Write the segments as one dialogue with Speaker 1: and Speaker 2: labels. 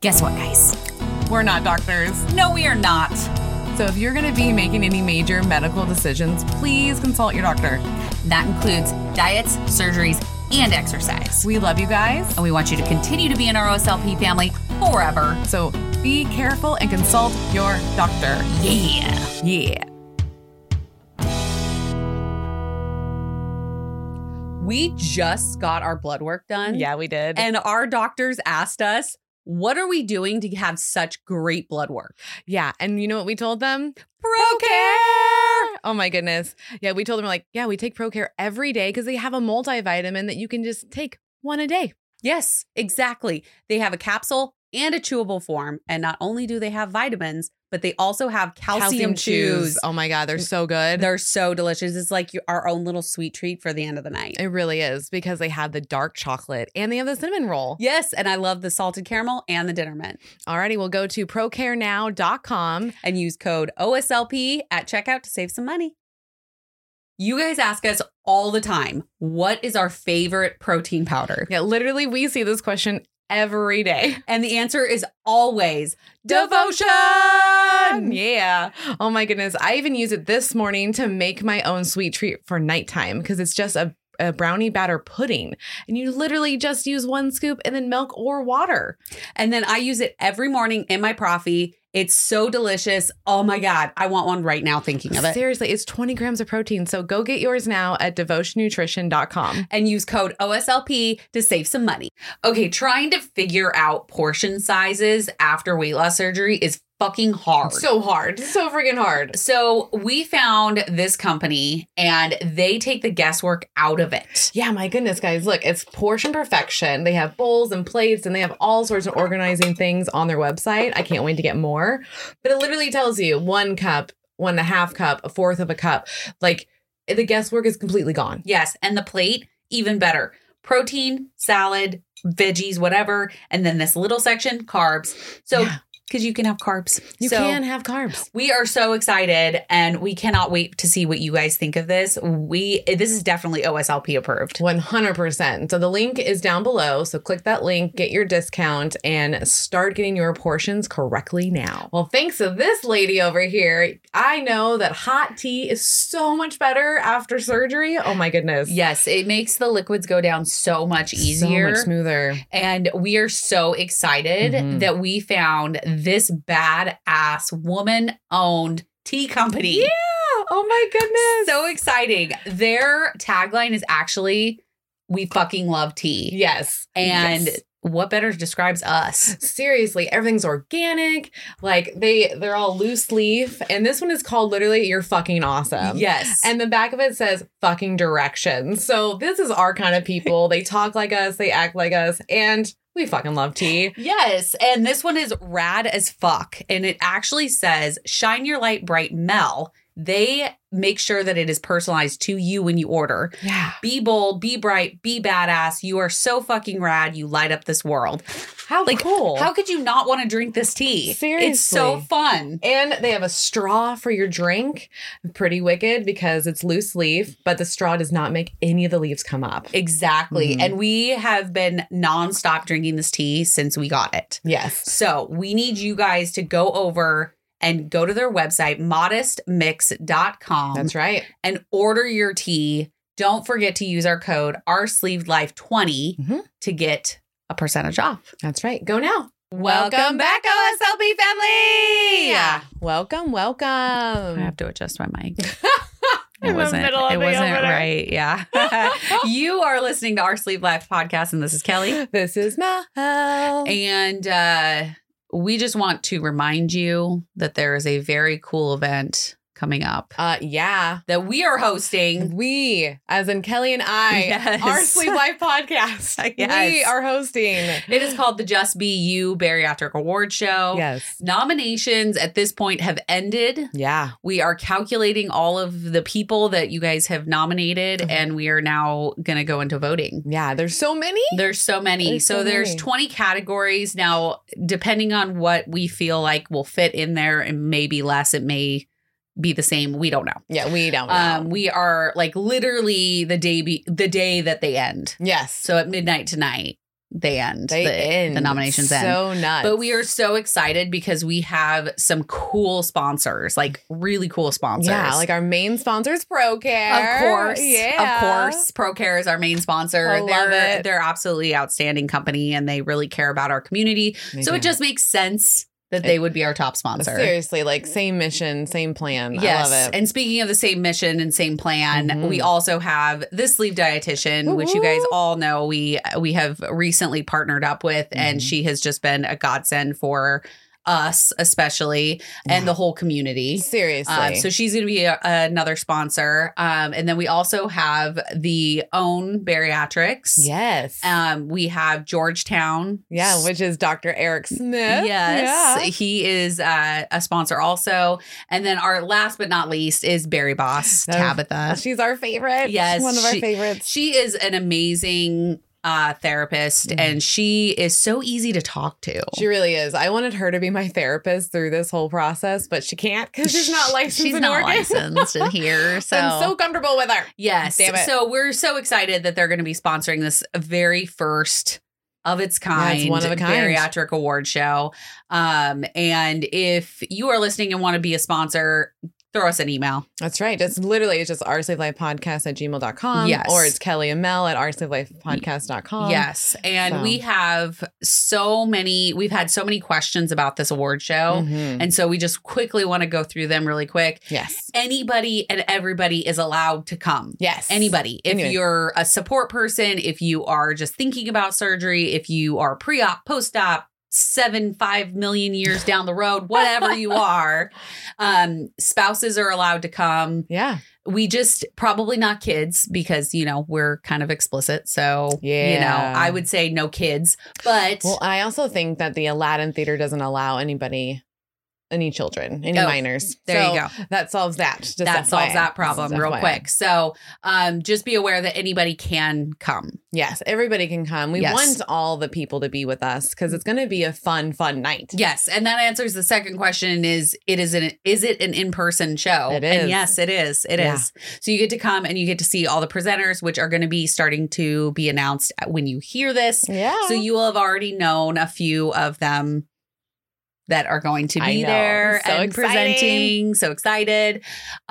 Speaker 1: Guess what, guys?
Speaker 2: We're not doctors.
Speaker 1: No, we are not.
Speaker 2: So if you're going to be making any major medical decisions, please consult your doctor.
Speaker 1: That includes diets, surgeries, and exercise.
Speaker 2: We love you guys.
Speaker 1: And we want you to continue to be in our OSLP family forever.
Speaker 2: So be careful and consult your doctor.
Speaker 1: Yeah.
Speaker 2: Yeah.
Speaker 3: We just got our blood work done.
Speaker 2: Yeah, we did.
Speaker 3: And our doctors asked us, what are we doing to have such great blood work?
Speaker 2: yeah, and you know what we told them?
Speaker 3: Procare!
Speaker 2: Oh my goodness. Yeah, we told them like, yeah, we take ProCare every day because they have a multivitamin that you can just take one a day.
Speaker 3: Yes, exactly. They have a capsule and a chewable form. And not only do they have vitamins, but they also have calcium, chews.
Speaker 2: Oh my god, they're so good.
Speaker 3: They're so delicious. It's like your, our own little sweet treat for the end of the night.
Speaker 2: it really is because they have the dark chocolate and they have the cinnamon roll.
Speaker 3: Yes, and I love the salted caramel and the dinner mint.
Speaker 2: Alrighty, we'll go to procarenow.com.
Speaker 3: and use code OSLP at checkout to save some money. You guys ask us all the time, what is our favorite protein powder?
Speaker 2: Yeah, literally we see this question every day.
Speaker 3: And the answer is always
Speaker 2: Devotion. Yeah. Oh my goodness. I even use it this morning to make my own sweet treat for nighttime because it's just a, a brownie batter pudding. And you literally just use one scoop and then milk or water.
Speaker 3: And then I use it every morning in my coffee. It's so delicious. Oh my God, I want one right now thinking of it.
Speaker 2: Seriously, it's 20 grams of protein. So go get yours now at devotionnutrition.com.
Speaker 3: And use code OSLP to save some money. Okay, trying to figure out portion sizes after weight loss surgery is fucking hard.
Speaker 2: So hard. So freaking hard.
Speaker 3: So we found this company and they take the guesswork out of it.
Speaker 2: Yeah, my goodness, guys. Look, it's portion perfection. They have bowls and plates and they have all sorts of organizing things on their website. I can't wait to get more. But it literally tells you one cup, one and a half cup, a fourth of a cup. Like the guesswork is completely gone.
Speaker 3: Yes. And the plate, even better protein, salad, veggies, whatever. And then this little section, carbs. So,
Speaker 2: Yeah.
Speaker 3: because you can have carbs.
Speaker 2: You
Speaker 3: so,
Speaker 2: can have carbs.
Speaker 3: We are so excited and we cannot wait to see what you guys think of this. We, this is definitely OSLP approved.
Speaker 2: 100%. So the link is down below. So click that link, get your discount, and start getting your portions correctly now. Well, thanks to this lady over here, I know that hot tea is so much better after surgery. Oh my goodness.
Speaker 3: Yes. It makes the liquids go down so much easier.
Speaker 2: so much smoother.
Speaker 3: And we are so excited
Speaker 2: Mhm.
Speaker 3: that we found this badass woman owned tea company.
Speaker 2: Oh my goodness.
Speaker 3: So exciting. Their tagline is actually, We fucking love tea.
Speaker 2: yes.
Speaker 3: And
Speaker 2: Yes.
Speaker 3: what better describes us?
Speaker 2: seriously, everything's organic. Like they they're all loose leaf and this one is called literally you're fucking awesome.
Speaker 3: yes. And
Speaker 2: And the back of it says fucking directions. So this is our kind of people. they talk like us, they act like us, and we fucking love tea.
Speaker 3: yes. And this one is rad as fuck. And it actually says, Shine your light bright, Mel. They make sure that it is personalized to you when you order.
Speaker 2: Yeah.
Speaker 3: Be bold, be bright, be badass. You are so fucking rad. You light up this world.
Speaker 2: How
Speaker 3: Like,
Speaker 2: cool.
Speaker 3: How could you not want to drink this tea? It's so
Speaker 2: Seriously.
Speaker 3: fun.
Speaker 2: And they have a straw for your drink. Pretty wicked because it's loose leaf, but the straw does not make any of the leaves come up.
Speaker 3: Exactly.
Speaker 2: Mhm.
Speaker 3: And we have been nonstop drinking this tea since we got it.
Speaker 2: Yes.
Speaker 3: So we need you guys to go over and go to their website, modestmix.com,
Speaker 2: That's right.
Speaker 3: and order your tea. Don't forget to use our code E RSleevedLife20
Speaker 2: Mhm.
Speaker 3: to get a percentage off.
Speaker 2: That's right. Go now.
Speaker 3: Welcome back, OSLP family.
Speaker 2: Yeah. Welcome, welcome.
Speaker 3: I have to adjust my mic.
Speaker 2: In
Speaker 3: It
Speaker 2: the
Speaker 3: wasn't. It
Speaker 2: middle of the
Speaker 3: wasn't
Speaker 2: opener.
Speaker 3: right. Yeah. you are listening to our Sleep Life E podcast, and this is Kelly.
Speaker 2: This is Mel.
Speaker 3: And
Speaker 2: And
Speaker 3: uh, we just want to remind you that there is a very cool event coming up
Speaker 2: uh, yeah,
Speaker 3: that we are hosting.
Speaker 2: we, as in Kelly and I,
Speaker 3: Yes.
Speaker 2: our Sleep Life podcast, we
Speaker 3: Yes.
Speaker 2: are hosting. Oh,
Speaker 3: It is called the Just Be You Bariatric Award Show.
Speaker 2: Yes.
Speaker 3: Nominations at this point have ended.
Speaker 2: Yeah.
Speaker 3: We are calculating all of the people that you guys have nominated,
Speaker 2: Mhm.
Speaker 3: and we are now going to go into voting.
Speaker 2: Yeah. There's so many.
Speaker 3: There's so many.
Speaker 2: There's
Speaker 3: so,
Speaker 2: so
Speaker 3: there's
Speaker 2: many.
Speaker 3: 20 categories now depending on what we feel like will fit in there and maybe less it may be the same. We don't know.
Speaker 2: Yeah. We don't know.
Speaker 3: Um we are like literally the day be- the day that they end.
Speaker 2: yes.
Speaker 3: So at midnight tonight they end.
Speaker 2: They
Speaker 3: the,
Speaker 2: end.
Speaker 3: The nominations
Speaker 2: so
Speaker 3: end.
Speaker 2: So nuts.
Speaker 3: But we are so excited because we have some cool sponsors, like really cool sponsors.
Speaker 2: Yeah, like our main sponsor is ProCare.
Speaker 3: of course,
Speaker 2: Yeah.
Speaker 3: of course, ProCare is our main sponsor.
Speaker 2: I love
Speaker 3: they're
Speaker 2: it.
Speaker 3: they're absolutely outstanding company, and they really care about our community.
Speaker 2: They
Speaker 3: so
Speaker 2: do.
Speaker 3: it just makes sense that they would be our top sponsor.
Speaker 2: Seriously, like same mission, same plan.
Speaker 3: Yes.
Speaker 2: I love it.
Speaker 3: And speaking of the same mission and same plan,
Speaker 2: Mhm.
Speaker 3: we also have the sleep dietitian, which you guys
Speaker 2: Woo-hoo.
Speaker 3: all know we we have recently partnered up with, and
Speaker 2: Mhm.
Speaker 3: she has just been a godsend for us, especially and the whole community.
Speaker 2: Seriously.
Speaker 3: Um, so she's going to be a, another sponsor, um, and then we also have the own bariatrics.
Speaker 2: yes.
Speaker 3: Um, we have Georgetown.
Speaker 2: yeah, which is Dr. Eric Smith.
Speaker 3: Yes,
Speaker 2: Yeah.
Speaker 3: he is uh, a sponsor also. And then our last but not least is Barry Boss
Speaker 2: That-
Speaker 3: Tabitha.
Speaker 2: She's our favorite.
Speaker 3: Yes,
Speaker 2: One of our
Speaker 3: she-
Speaker 2: favorites.
Speaker 3: She is an amazing uh, therapist,
Speaker 2: Mhm.
Speaker 3: and she is so easy to talk to.
Speaker 2: She really is. I wanted her to be my therapist through this whole process, but she can't because she's not licensed
Speaker 3: She's
Speaker 2: in
Speaker 3: not
Speaker 2: Oregon.
Speaker 3: licensed in here, so.
Speaker 2: I'm so comfortable with her.
Speaker 3: Yes.
Speaker 2: Damn it.
Speaker 3: So we're so excited that they're going to be sponsoring this very first of its
Speaker 2: Yeah,
Speaker 3: kind
Speaker 2: it's one of a kind.
Speaker 3: bariatric award show. Um, and if you are listening and want to be a sponsor, throw us an email.
Speaker 2: That's right. It's literally it's just our slave e life podcast at gmail.com.
Speaker 3: Yes.
Speaker 2: Or it's Kelly and Mel at our slave e life podcast.com.
Speaker 3: yes. And
Speaker 2: Um, so.
Speaker 3: we have so many, we've had so many questions about this award show.
Speaker 2: Mhm.
Speaker 3: And so we just quickly want to go through them really quick.
Speaker 2: Yes.
Speaker 3: Anybody and everybody is allowed to come.
Speaker 2: Yes.
Speaker 3: anybody. If
Speaker 2: Anyway.
Speaker 3: you're a support person, if you are just thinking about surgery, if you are pre op, post op, seven, five million years down the road, whatever you are, um, spouses are allowed to come.
Speaker 2: Yeah.
Speaker 3: We just probably not kids because, you know, we're kind of explicit. So, you
Speaker 2: Yeah.
Speaker 3: know, I would say no kids, but
Speaker 2: Well, I also think that the Aladdin Theater doesn't allow anybody, any children, any
Speaker 3: Oh,
Speaker 2: minors.
Speaker 3: there
Speaker 2: So
Speaker 3: you go.
Speaker 2: That solves that. Just
Speaker 3: That solves
Speaker 2: FYI.
Speaker 3: that problem
Speaker 2: Just
Speaker 3: real
Speaker 2: FYI.
Speaker 3: quick. So um, just be aware that anybody can come.
Speaker 2: Yes, everybody can come. We
Speaker 3: Yes.
Speaker 2: want all the people to be with us because it's going to be a fun, fun night.
Speaker 3: Yes, and that answers the second question: is it is an is it an in person show?
Speaker 2: It
Speaker 3: And
Speaker 2: is.
Speaker 3: yes, it is. It is.
Speaker 2: Yeah.
Speaker 3: So you get to come and you get to see all the presenters, which are going to be starting to be announced when you hear this.
Speaker 2: Yeah.
Speaker 3: So you will have already known a few of them that are going to
Speaker 2: I
Speaker 3: be
Speaker 2: know.
Speaker 3: there
Speaker 2: So
Speaker 3: and
Speaker 2: exciting.
Speaker 3: presenting. So excited.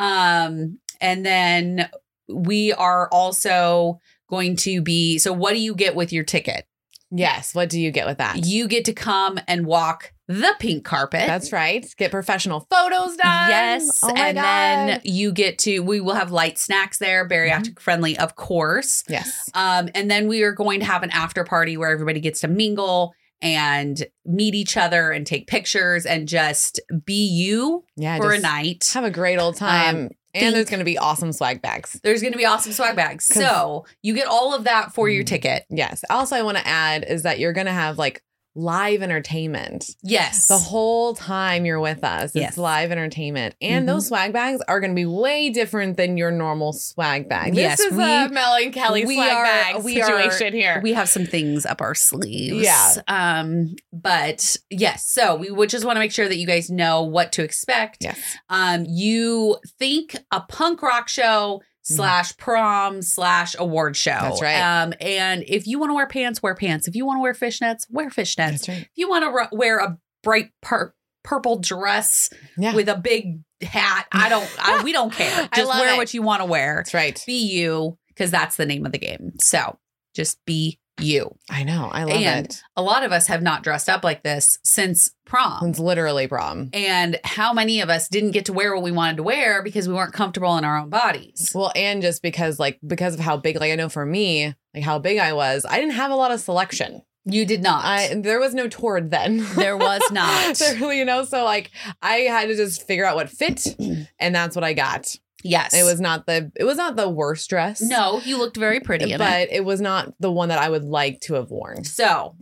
Speaker 3: Um, and then we are also going to be. So what do you get with your ticket?
Speaker 2: yes. What do you get with that?
Speaker 3: You get to come and walk the pink carpet.
Speaker 2: That's right. Get professional photos done.
Speaker 3: Yes.
Speaker 2: Oh my
Speaker 3: and
Speaker 2: God.
Speaker 3: then you get to, we will have light snacks there, bariatric friendly, of course.
Speaker 2: yes.
Speaker 3: Um, and then we are going to have an after party where everybody gets to mingle and meet each other and take pictures and just be you
Speaker 2: Yeah.
Speaker 3: for a
Speaker 2: just
Speaker 3: night.
Speaker 2: Have a great old time.
Speaker 3: Um,
Speaker 2: and there's
Speaker 3: think-
Speaker 2: going to be awesome swag bags.
Speaker 3: There's going to be awesome swag bags.
Speaker 2: 'Cause-
Speaker 3: So you get all of that for your
Speaker 2: Mm.
Speaker 3: ticket.
Speaker 2: Yes. Also, I want to add is that you're going to have like live entertainment.
Speaker 3: Yes.
Speaker 2: The whole time you're with us,
Speaker 3: Yes.
Speaker 2: it's live entertainment. And
Speaker 3: Mhm.
Speaker 2: those swag bags are going to be way different than your normal swag bag.
Speaker 3: Yes,
Speaker 2: this is
Speaker 3: we-
Speaker 2: a Mel and Kelly
Speaker 3: we
Speaker 2: swag
Speaker 3: are-
Speaker 2: bag
Speaker 3: we are-
Speaker 2: situation here.
Speaker 3: we have some things up our sleeves.
Speaker 2: Yeah.
Speaker 3: Um, but yes, so we would just want to make sure that you guys know what to expect.
Speaker 2: yes.
Speaker 3: um, you think a punk rock show slash prom slash award show.
Speaker 2: Mm-hmm. That's right.
Speaker 3: Um, and if you want to wear pants, wear pants. If you want to wear fishnets, wear fishnets.
Speaker 2: That's right.
Speaker 3: If you want to ru- wear a bright pur- purple dress
Speaker 2: Yeah.
Speaker 3: with a big hat, I don't. I, we don't care.
Speaker 2: I
Speaker 3: Just
Speaker 2: love
Speaker 3: wear
Speaker 2: it.
Speaker 3: what you want to wear.
Speaker 2: That's right.
Speaker 3: Be you, because that's the name of the game. So just be you.
Speaker 2: I know. I love
Speaker 3: And
Speaker 2: it.
Speaker 3: A lot of us have not dressed up like this since prom.
Speaker 2: It's literally prom.
Speaker 3: and how many of us didn't get to wear what we wanted to wear because we weren't comfortable in our own bodies.
Speaker 2: Well, and just because like because of how big like I know for me, like how big I was, I didn't have a lot of selection.
Speaker 3: You did not.
Speaker 2: I there was no toward then.
Speaker 3: there was not.
Speaker 2: there, you know, so like I had to just figure out what fit and that's what I got.
Speaker 3: yes.
Speaker 2: It was not the it was not the worst dress.
Speaker 3: No, you looked very pretty in it.
Speaker 2: but it was not the one that I would like to have worn.
Speaker 3: So,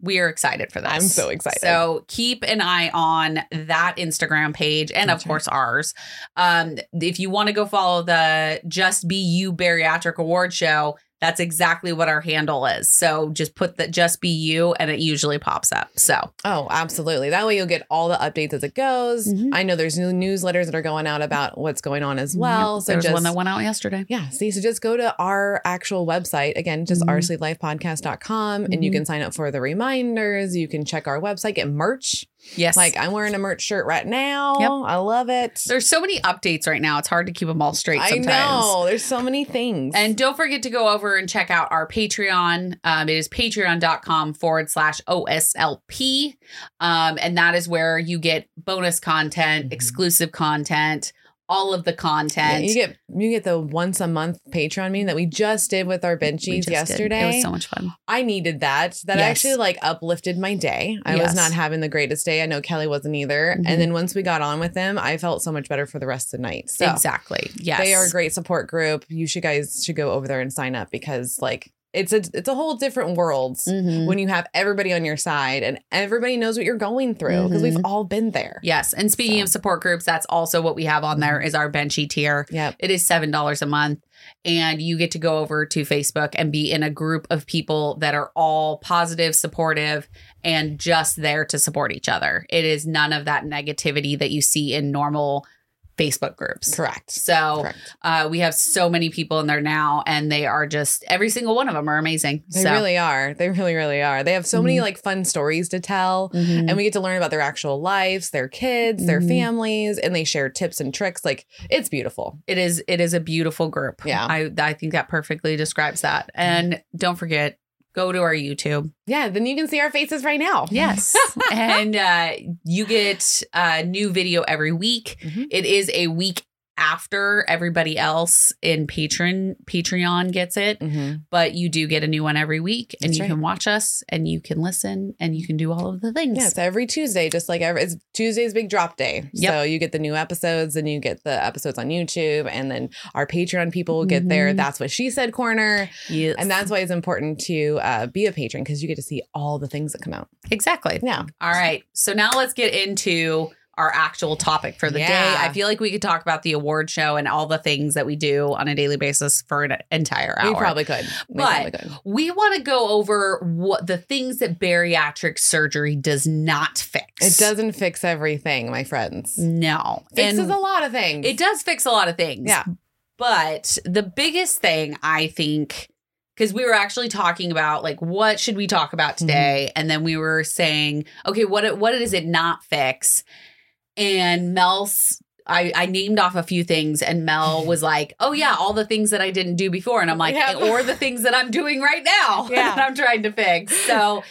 Speaker 3: we are excited for this.
Speaker 2: I'm so excited.
Speaker 3: So, keep an eye on that Instagram page and, of
Speaker 2: That's right.
Speaker 3: course, ours. Um, if you want to go follow the Just Be You Bariatric Award Show, That's exactly what our handle is. So just put that just be you and it usually pops up. So
Speaker 2: Oh, absolutely. That way you'll get all the updates as it goes.
Speaker 3: Mhm.
Speaker 2: I know there's new newsletters that are going out about what's going on as well.
Speaker 3: Yep,
Speaker 2: so
Speaker 3: there was
Speaker 2: just
Speaker 3: one that went out yesterday.
Speaker 2: yeah, see, so just go to our actual website again, just
Speaker 3: Mhm.
Speaker 2: our sleeplifepodcast.com, and you
Speaker 3: Mhm.
Speaker 2: can sign up for the reminders. You can check our website, get merch.
Speaker 3: Yes.
Speaker 2: Like I'm wearing a merch shirt right now.
Speaker 3: Yep.
Speaker 2: I love it.
Speaker 3: there's so many updates right now. It's hard to keep them all straight
Speaker 2: I
Speaker 3: sometimes.
Speaker 2: know. There's so many things.
Speaker 3: And don't forget to go over and check out our Patreon. Um, it is patreon.com forward slash OSLP. Um, and that is where you get bonus content,
Speaker 2: Mhm.
Speaker 3: exclusive content, all of the
Speaker 2: Yeah,
Speaker 3: content.
Speaker 2: you get you get the once a month Patreon meeting that we just did with our
Speaker 3: We
Speaker 2: benchies
Speaker 3: just did.
Speaker 2: yesterday.
Speaker 3: It was so much fun.
Speaker 2: I needed that. That
Speaker 3: Yes.
Speaker 2: actually like uplifted my day. I
Speaker 3: Yes.
Speaker 2: was not having the greatest day. I know Kelly wasn't either.
Speaker 3: Mhm.
Speaker 2: And then once we got on with them, I felt so much better for the rest of the night. So
Speaker 3: exactly. Yes.
Speaker 2: they are a great support group. You should guys should go over there and sign up because like it's a it's a whole different world
Speaker 3: Mhm.
Speaker 2: when you have everybody on your side and everybody knows what you're going through because
Speaker 3: Mm-hmm.
Speaker 2: we've all been there.
Speaker 3: Yes. And speaking
Speaker 2: So. Mm-hmm.
Speaker 3: of support groups, that's also what we have on there is our benchy tier.
Speaker 2: Yep.
Speaker 3: It is $7 a month. And you get to go over to Facebook and be in a group of people that are all positive, supportive, and just there to support each other. It is none of that negativity that you see in normal Facebook groups.
Speaker 2: Correct.
Speaker 3: So
Speaker 2: Correct.
Speaker 3: uh, we have so many people in there now, and they are just every single one of them are amazing.
Speaker 2: They
Speaker 3: so
Speaker 2: really are. They really, really are. They have so many
Speaker 3: Mhm.
Speaker 2: like fun stories to tell.
Speaker 3: Mhm.
Speaker 2: and we get to learn about their actual lives, their kids, their
Speaker 3: Mhm.
Speaker 2: families, and they share tips and tricks. Like it's beautiful.
Speaker 3: it is it is a beautiful group.
Speaker 2: Yeah.
Speaker 3: I I think that perfectly describes that. And don't forget, go to our YouTube.
Speaker 2: Yeah, then you can see our faces right now.
Speaker 3: Yes, and uh, you get a new video every week.
Speaker 2: Mhm.
Speaker 3: It is a week after everybody else in patron Patreon gets it,
Speaker 2: Mhm.
Speaker 3: but you do get a new one every week, and
Speaker 2: That's
Speaker 3: you
Speaker 2: right.
Speaker 3: can watch us, and you can listen, and you can do all of the things.
Speaker 2: Yeah, it's every Tuesday, just like every it's Tuesday's big drop day.
Speaker 3: Yep.
Speaker 2: So you get the new episodes and you get the episodes on YouTube and then our Patreon people will get there.
Speaker 3: Mhm.
Speaker 2: That's what she said corner.
Speaker 3: Yes.
Speaker 2: And that's why it's important to uh, be a patron because you get to see all the things that come out.
Speaker 3: exactly.
Speaker 2: Yeah.
Speaker 3: All right. So now let's get into our actual topic for the
Speaker 2: Yeah.
Speaker 3: day. I feel like we could talk about the award show and all the things that we do on a daily basis for an entire hour.
Speaker 2: We probably could. We
Speaker 3: But-
Speaker 2: probably could.
Speaker 3: We want to go over what the things that bariatric surgery does not fix.
Speaker 2: It doesn't fix everything, my friends.
Speaker 3: No.
Speaker 2: Fixes
Speaker 3: And
Speaker 2: a lot of things.
Speaker 3: it does fix a lot of things.
Speaker 2: Yeah.
Speaker 3: But the biggest thing I think because we were actually talking about like what should we talk about
Speaker 2: Mm-hmm.
Speaker 3: today and then we were saying okay what what does it not fix and Mel's I, I named off a few things and Mel was like, "Oh yeah, all the things that I didn't do before," and I'm like,
Speaker 2: Yeah.
Speaker 3: "Or the things that I'm doing right now
Speaker 2: Yeah.
Speaker 3: that I'm trying to fix." So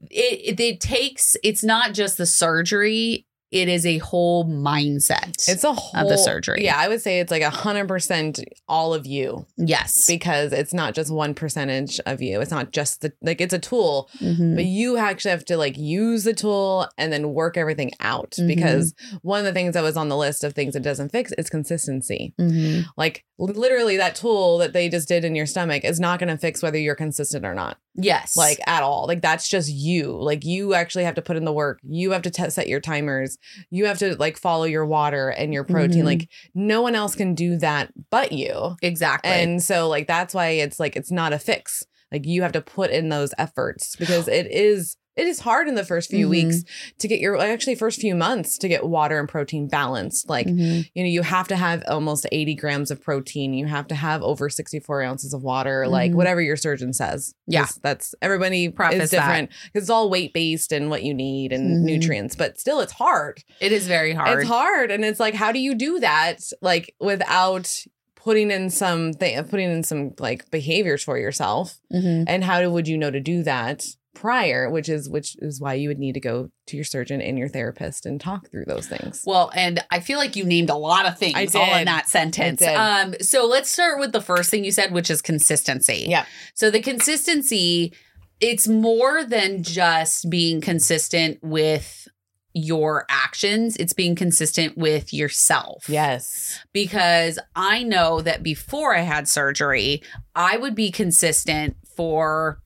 Speaker 3: it, it it takes it's not just the surgery; it is a whole mindset.
Speaker 2: It's a whole
Speaker 3: the surgery.
Speaker 2: Yeah, I would say it's like a hundred percent all of you
Speaker 3: yes,
Speaker 2: because it's not just one percentage of you. It's not just the like it's a tool,
Speaker 3: Mhm.
Speaker 2: but you actually have to like use the tool and then work everything out
Speaker 3: Mm-hmm.
Speaker 2: because one of the things that was on the list of things it doesn't fix is consistency.
Speaker 3: Mhm.
Speaker 2: Like l- literally that tool that they just did in your stomach is not going to fix whether you're consistent or not.
Speaker 3: Yes.
Speaker 2: Like at all. Like that's just you. Like you actually have to put in the work. You have to te- set your timers. You have to like follow your water and your protein.
Speaker 3: Mhm.
Speaker 2: Like no one else can do that but you.
Speaker 3: exactly.
Speaker 2: And so like that's why it's like it's not a fix. Like you have to put in those efforts because it is it is hard in the first few
Speaker 3: Mhm.
Speaker 2: weeks to get your actually first few months to get water and protein balanced. Like
Speaker 3: Mhm.
Speaker 2: you know you have to have almost 80 grams of protein you have to have over 64 ounces of water like
Speaker 3: Mhm.
Speaker 2: whatever your surgeon says
Speaker 3: Yeah.
Speaker 2: That's- that's everybody
Speaker 3: Preface
Speaker 2: is different because it's all weight based and what you need and
Speaker 3: Mhm.
Speaker 2: nutrients but still it's hard.
Speaker 3: it is very hard.
Speaker 2: it's hard and it's like how do you do that like without putting in some thing putting in some like behaviors for yourself
Speaker 3: Mhm.
Speaker 2: and how would you know to do that prior which is which is why you would need to go to your surgeon and your therapist and talk through those things
Speaker 3: Well, and I feel like you named a lot of things
Speaker 2: I
Speaker 3: all in
Speaker 2: did.
Speaker 3: that sentence.
Speaker 2: I did.
Speaker 3: Um, so let's start with the first thing you said, which is consistency.
Speaker 2: Yeah.
Speaker 3: So the consistency, it's more than just being consistent with your actions, it's being consistent with yourself.
Speaker 2: yes
Speaker 3: Because I know that before I had surgery, I would be consistent for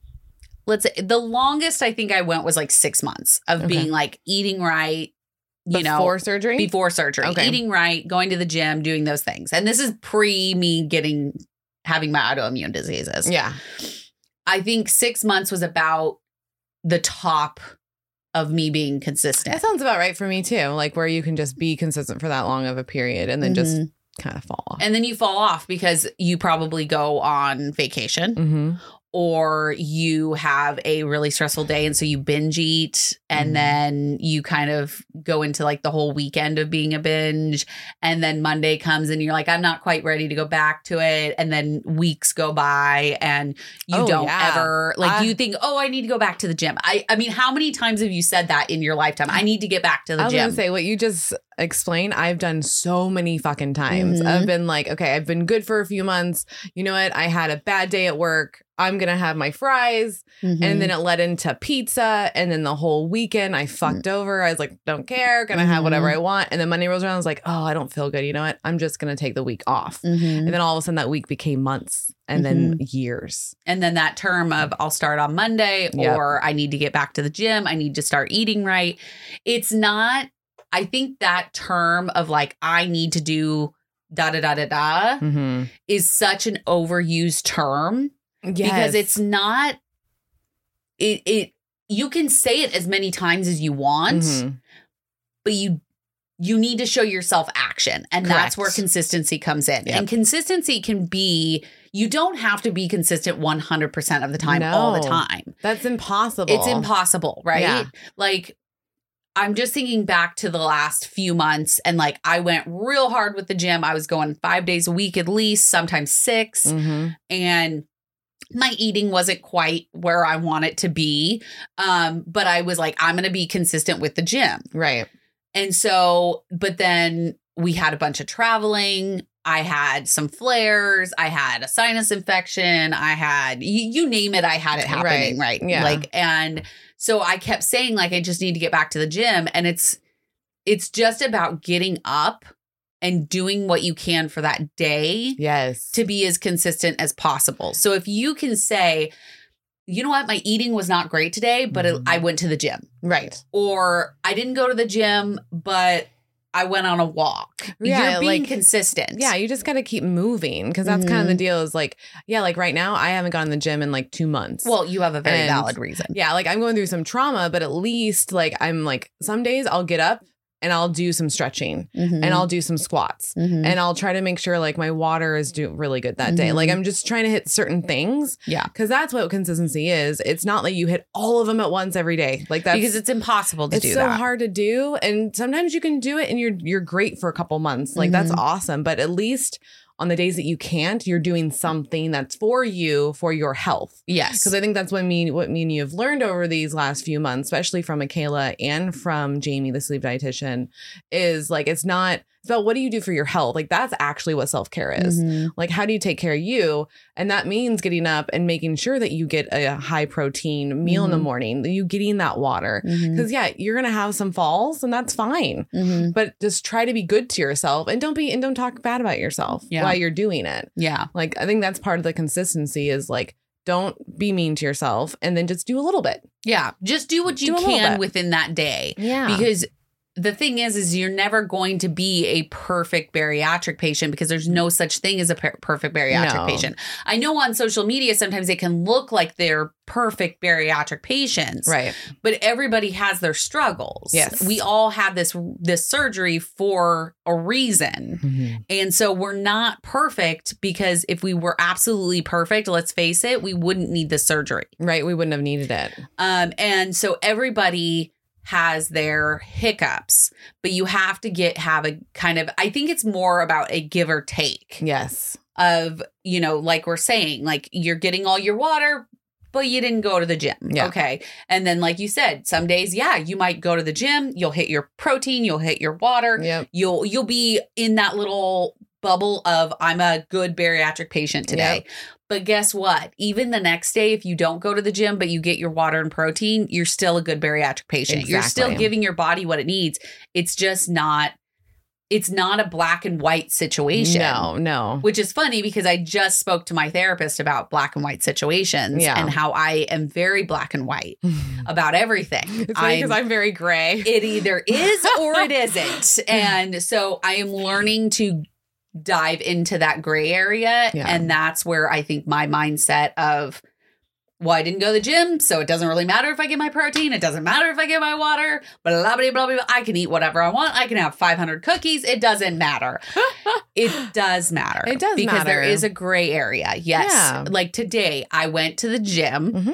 Speaker 3: let's say the longest I think I went was like six months of
Speaker 2: Okay.
Speaker 3: being like eating right, you
Speaker 2: before
Speaker 3: know
Speaker 2: surgery
Speaker 3: before surgery,
Speaker 2: Okay.
Speaker 3: eating right, going to the gym, doing those things. And this is pre me getting having my autoimmune diseases.
Speaker 2: Yeah.
Speaker 3: I think six months was about the top of me being
Speaker 2: That
Speaker 3: consistent.
Speaker 2: sounds about right for me too. Like where you can just be consistent for that long of a period and then just
Speaker 3: Mhm.
Speaker 2: kind of fall off.
Speaker 3: and then you fall off because you probably go on vacation
Speaker 2: mm-hmm.
Speaker 3: or you have a really stressful day and so you binge eat and
Speaker 2: Mhm.
Speaker 3: then you kind of go into like the whole weekend of being a binge and then Monday comes and you're like I'm not quite ready to go back to it and then weeks go by and you
Speaker 2: Oh,
Speaker 3: don't
Speaker 2: yeah.
Speaker 3: ever like
Speaker 2: I-
Speaker 3: you think oh I need to go back to the gym. I I mean how many times have you said that in your lifetime? I need to get back to the
Speaker 2: I was
Speaker 3: gym.
Speaker 2: gonna say what you just explained. I've done so many fucking times. I've been like, okay, I've been good for a few months. You know what? I had a bad day at work. I'm gonna have my fries,
Speaker 3: Mm-hmm.
Speaker 2: and then it led into pizza, and then the whole weekend I fucked over. I was like, don't care, gonna have whatever
Speaker 3: Mhm.
Speaker 2: I want. And then Monday rolls around, I was like, oh, I don't feel good. You know what? I'm just gonna take the week off.
Speaker 3: Mhm.
Speaker 2: And then all of a sudden, that week became months, and then years.
Speaker 3: and then that term of I'll start on Monday
Speaker 2: Yep.
Speaker 3: or I need to get back to the gym, I need to start eating right. It's not I think that term of like I need to do da da da da da
Speaker 2: Mm-hmm.
Speaker 3: is such an overused term because it's not it it you can say it as many times as you want,
Speaker 2: Mm-hmm.
Speaker 3: but you you need to show yourself action and that's
Speaker 2: Correct.
Speaker 3: where consistency comes in
Speaker 2: Yep.
Speaker 3: and consistency can be you don't have to be consistent 100% of the time all the
Speaker 2: No.
Speaker 3: time
Speaker 2: that's impossible.
Speaker 3: it's impossible right
Speaker 2: Yeah.
Speaker 3: like i'm just thinking back to the last few months and like i went real hard with the gym i was going five days a week at least sometimes 6
Speaker 2: Mhm.
Speaker 3: and my eating wasn't quite where i want it to be um but i was like i'm gonna be consistent with the gym
Speaker 2: Right.
Speaker 3: and so, but then we had a bunch of traveling. I had some flares. I had a sinus infection. I had, you, you name it, I had it happening, right?
Speaker 2: Right. Yeah.
Speaker 3: Like, and so I kept saying, like, I just need to get back to the gym. And it's, it's just about getting up and doing what you can for that day
Speaker 2: Yes.
Speaker 3: to be as consistent as possible. So if you can say, you know what, my eating was not great today, but it,
Speaker 2: Mhm.
Speaker 3: I went to the gym
Speaker 2: right.
Speaker 3: or I didn't go to the gym, but I went on a walk.
Speaker 2: Yeah,
Speaker 3: You're being
Speaker 2: like-
Speaker 3: consistent.
Speaker 2: Yeah, you just got to keep moving because that's kind of the
Speaker 3: Mm-hmm.
Speaker 2: deal. Is like, yeah, like right now, I haven't gone to the gym in like two months.
Speaker 3: Well, you have a very
Speaker 2: And-
Speaker 3: valid reason.
Speaker 2: yeah, like I'm going through some trauma, but at least like I'm like some days I'll get up and I'll do some stretching and
Speaker 3: Mm-hmm.
Speaker 2: I'll do some squats and I'll try to make sure like my water is doing really good that day. Like
Speaker 3: Mhm.
Speaker 2: I'm just trying to hit certain things.
Speaker 3: Yeah.
Speaker 2: because that's what consistency is. It's not like you hit all of them at once every day. Like that's
Speaker 3: because it's impossible to
Speaker 2: it's
Speaker 3: do
Speaker 2: so
Speaker 3: that.
Speaker 2: hard to do and sometimes you can do it and you're you're great for a couple months like that's
Speaker 3: Mm-hmm.
Speaker 2: awesome but at least on the days that you can't you're doing something that's for you for your health
Speaker 3: Yes.
Speaker 2: because I think that's what me what me and you have learned over these last few months, especially from Michaela and from Jamie, the sleep dietitian, is like it's not it's about what do you do for your health. Like that's actually what self care is.
Speaker 3: Mm-hmm.
Speaker 2: Like how do you take care of you, and that means getting up and making sure that you get a high protein meal in the
Speaker 3: Mhm.
Speaker 2: morning, that you getting that water, because yeah, you're gonna have some falls, and that's fine. But just try to be good to yourself, and don't be and don't talk bad about yourself
Speaker 3: Yeah.
Speaker 2: while you're doing it.
Speaker 3: Yeah.
Speaker 2: Like I think that's part of the consistency is like don't be mean to yourself, and then just do a little bit.
Speaker 3: Yeah. Just do what you
Speaker 2: Do a little
Speaker 3: can
Speaker 2: bit.
Speaker 3: within that day.
Speaker 2: Yeah,
Speaker 3: Because the thing is, is you're never going to be a perfect bariatric patient because there's no such thing as a per- perfect bariatric
Speaker 2: No.
Speaker 3: patient. I know on social media sometimes it can look like they're perfect bariatric patients,
Speaker 2: right,
Speaker 3: but everybody has their struggles.
Speaker 2: Yes.
Speaker 3: We all had this this surgery for a reason.
Speaker 2: Mm-hmm.
Speaker 3: And so we're not perfect because if we were absolutely perfect, let's face it, we wouldn't need the surgery.
Speaker 2: right. We wouldn't have needed it.
Speaker 3: Um and so everybody has their hiccups, but you have to get have a kind of I think it's more about a give or take
Speaker 2: Yes,
Speaker 3: of, you know, like we're saying, like you're getting all your water, but you didn't go to the gym.
Speaker 2: Yeah.
Speaker 3: Okay. And then, like you said, some days, yeah, you might go to the gym, you'll hit your protein, you'll hit your water,
Speaker 2: yep,
Speaker 3: you'll you'll be in that little bubble of I'm a good bariatric patient today. But guess what? Even the next day, if you don't go to the gym, but you get your water and protein, you're still a good bariatric patient. You're still
Speaker 2: Exactly.
Speaker 3: giving your body what it needs. It's just not, it's not a black and white situation
Speaker 2: no, no,
Speaker 3: which is funny because I just spoke to my therapist about black and white situations
Speaker 2: Yeah.
Speaker 3: and how I am very black and white about everything.
Speaker 2: it's funny
Speaker 3: I'm,
Speaker 2: because I'm very gray.
Speaker 3: it either is or it isn't. And so I am learning to dive into that gray area.
Speaker 2: Yeah.
Speaker 3: And that's where I think my mindset of, well, I didn't go to the gym, so it doesn't really matter if I get my protein. It doesn't matter if I get my water, blah, blah, blah, blah, blah. I can eat whatever I want. I can have 500 cookies. It doesn't matter. it does matter.
Speaker 2: It does
Speaker 3: because there
Speaker 2: matter.
Speaker 3: is a gray area. Yes.
Speaker 2: Yeah.
Speaker 3: Like today, I went to the gym.
Speaker 2: Mhm.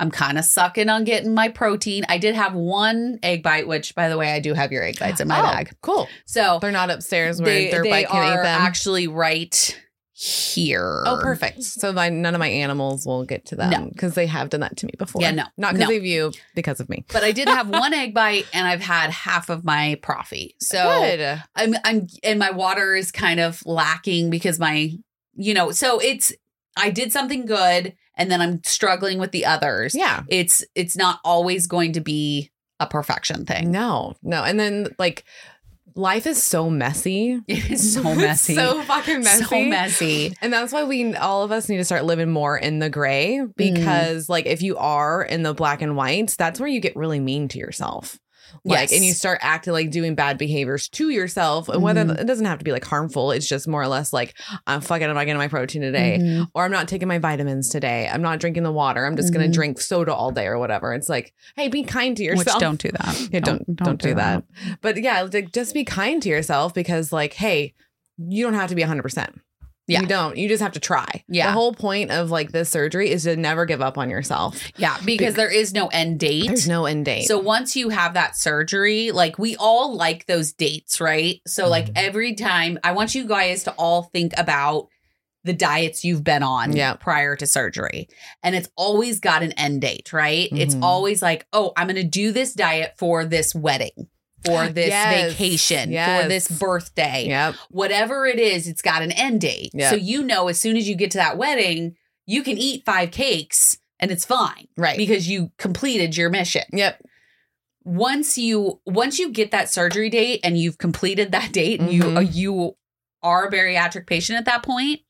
Speaker 3: I'm kind of sucking on getting my protein. I did have one egg bite, which, by the way, I do have your egg bites in my
Speaker 2: Oh,
Speaker 3: bag.
Speaker 2: Cool.
Speaker 3: So
Speaker 2: They're not upstairs where
Speaker 3: they,
Speaker 2: their
Speaker 3: they
Speaker 2: bike can
Speaker 3: are
Speaker 2: eat them.
Speaker 3: actually right here.
Speaker 2: oh, perfect. So my, none of my animals will get to them because they have done that to me before.
Speaker 3: Yeah, no,
Speaker 2: Not because
Speaker 3: no.
Speaker 2: of you, because of me.
Speaker 3: But I did have one egg bite, and I've had half of my profi. So
Speaker 2: Good.
Speaker 3: I'm I'm and my water is kind of lacking because my you know so it's I did something good, and then I'm struggling with the others.
Speaker 2: Yeah.
Speaker 3: It's it's not always going to be a perfection thing.
Speaker 2: No, no. And then like life is so messy.
Speaker 3: It is so
Speaker 2: It's
Speaker 3: messy.
Speaker 2: so fucking messy.
Speaker 3: So messy.
Speaker 2: And that's why we all of us need to start living more in the gray
Speaker 3: Mm.
Speaker 2: because like if you are in the black and whites, that's where you get really mean to yourself. Like and you
Speaker 3: Yes.
Speaker 2: start acting like doing bad behaviors to yourself. And whether
Speaker 3: Mhm.
Speaker 2: it doesn't have to be like harmful, it's just more or less like I'm fucking I'm not getting my protein today.
Speaker 3: Mhm.
Speaker 2: Or I'm not taking my vitamins today. I'm not drinking the water. I'm just gonna
Speaker 3: Mhm.
Speaker 2: drink soda all day or whatever. It's like, hey, be kind to yourself.
Speaker 3: Which don't do that.
Speaker 2: Yeah, don't don't, do that. But yeah, like just be kind to yourself because like, hey, you don't have to be 100%.
Speaker 3: Yeah.
Speaker 2: You don't. You just have to try.
Speaker 3: Yeah.
Speaker 2: The whole point of like this surgery is to never give up on yourself.
Speaker 3: Yeah, because there is no end date.
Speaker 2: There's no end date.
Speaker 3: So once you have that surgery, like we all like those dates, right? So like
Speaker 2: Mm-hmm.
Speaker 3: every time, I want you guys to all think about the diets you've been on
Speaker 2: Yeah.
Speaker 3: prior to surgery. And it's always got an end date, right? It's
Speaker 2: Mhm.
Speaker 3: always like, "Oh, I'm going to do this diet for this wedding, for this
Speaker 2: Yes.
Speaker 3: vacation, for
Speaker 2: Yes.
Speaker 3: this birthday."
Speaker 2: yep.
Speaker 3: Whatever it is, it's got an end date.
Speaker 2: Yeah.
Speaker 3: So you know as soon as you get to that wedding, you can eat 5 cakes and it's fine
Speaker 2: Right.
Speaker 3: because you completed your mission
Speaker 2: yep.
Speaker 3: once you once you get that surgery date and you've completed that date and you
Speaker 2: Mhm.
Speaker 3: uh, you are a bariatric patient at that point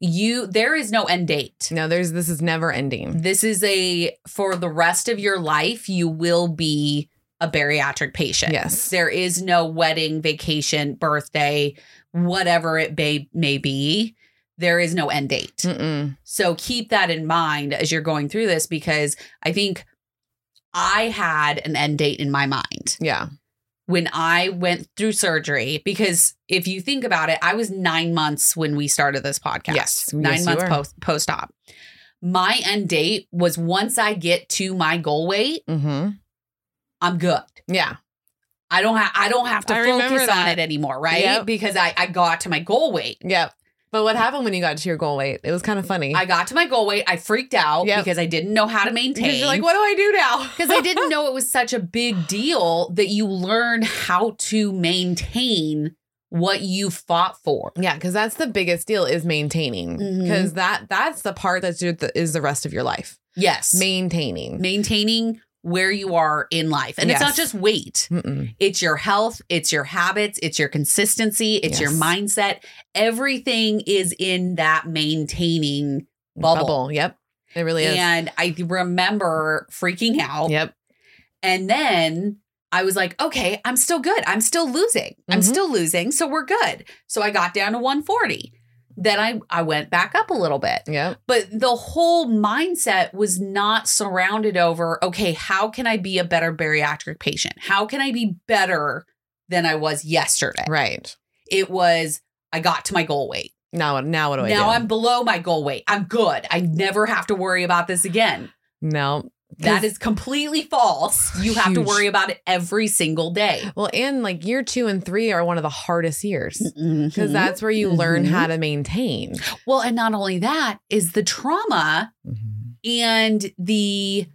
Speaker 3: you there is no end date
Speaker 2: No, there's this is never ending.
Speaker 3: this is a for the rest of your life you will be a bariatric patient
Speaker 2: Yes.
Speaker 3: there is no wedding vacation birthday whatever it may, may be there is no end date
Speaker 2: Hmm. Mm-mm.
Speaker 3: so keep that in mind as you're going through this because I think I had an end date in my mind
Speaker 2: Yeah.
Speaker 3: when I went through surgery. Because if you think about it, I was nine months when we started this podcast.
Speaker 2: Yes.
Speaker 3: Nine
Speaker 2: Yes, you
Speaker 3: months
Speaker 2: were.
Speaker 3: post post op. My end date was once I get to my goal weight,
Speaker 2: Mm-hmm.
Speaker 3: I'm good.
Speaker 2: Yeah.
Speaker 3: I don't have I don't have to
Speaker 2: I remember
Speaker 3: focus on
Speaker 2: that.
Speaker 3: it anymore, right?
Speaker 2: Yep.
Speaker 3: Because I, I got to my goal weight.
Speaker 2: Yep. But what happened when you got to your goal weight? It was kind of funny.
Speaker 3: I got to my goal weight. I freaked out
Speaker 2: Yep.
Speaker 3: because I didn't know how to maintain.
Speaker 2: because you're like, what do I do now?
Speaker 3: because I didn't know it was such a big deal that you learn how to maintain what you fought for.
Speaker 2: Yeah, because that's the biggest deal is maintaining.
Speaker 3: Mhm.
Speaker 2: Because that that's the part that's your- that is the rest of your life.
Speaker 3: Yes,
Speaker 2: Maintaining.
Speaker 3: maintaining where you are in life, and it's not
Speaker 2: Yes.
Speaker 3: just weight;
Speaker 2: Mm-mm.
Speaker 3: it's your health, it's your habits, it's your consistency, it's your
Speaker 2: Yes.
Speaker 3: mindset. Everything is in that maintaining bubble.
Speaker 2: Bubble. Yep. It really is.
Speaker 3: And I remember freaking out.
Speaker 2: Yep.
Speaker 3: And then I was like, okay, I'm still good. I'm still losing. I'm
Speaker 2: Mhm.
Speaker 3: still losing. So we're good. So I got down to 140. Then I, I went back up a little bit.
Speaker 2: Yep.
Speaker 3: But the whole mindset was not surrounded over, okay, how can I be a better bariatric patient? How can I be better than I was yesterday?
Speaker 2: Right.
Speaker 3: It was, I got to my goal weight.
Speaker 2: Now now what do I do?
Speaker 3: now I'm below my goal weight. I'm good. I never have to worry about this again.
Speaker 2: no.
Speaker 3: That is completely false. You have to
Speaker 2: Huge.
Speaker 3: worry about it every single day.
Speaker 2: well, and like year two and three are one of the hardest years. Because
Speaker 3: Mhm.
Speaker 2: that's where you learn
Speaker 3: Mhm.
Speaker 2: how to maintain.
Speaker 3: well, and not only that is the trauma and the
Speaker 2: Mm-hmm.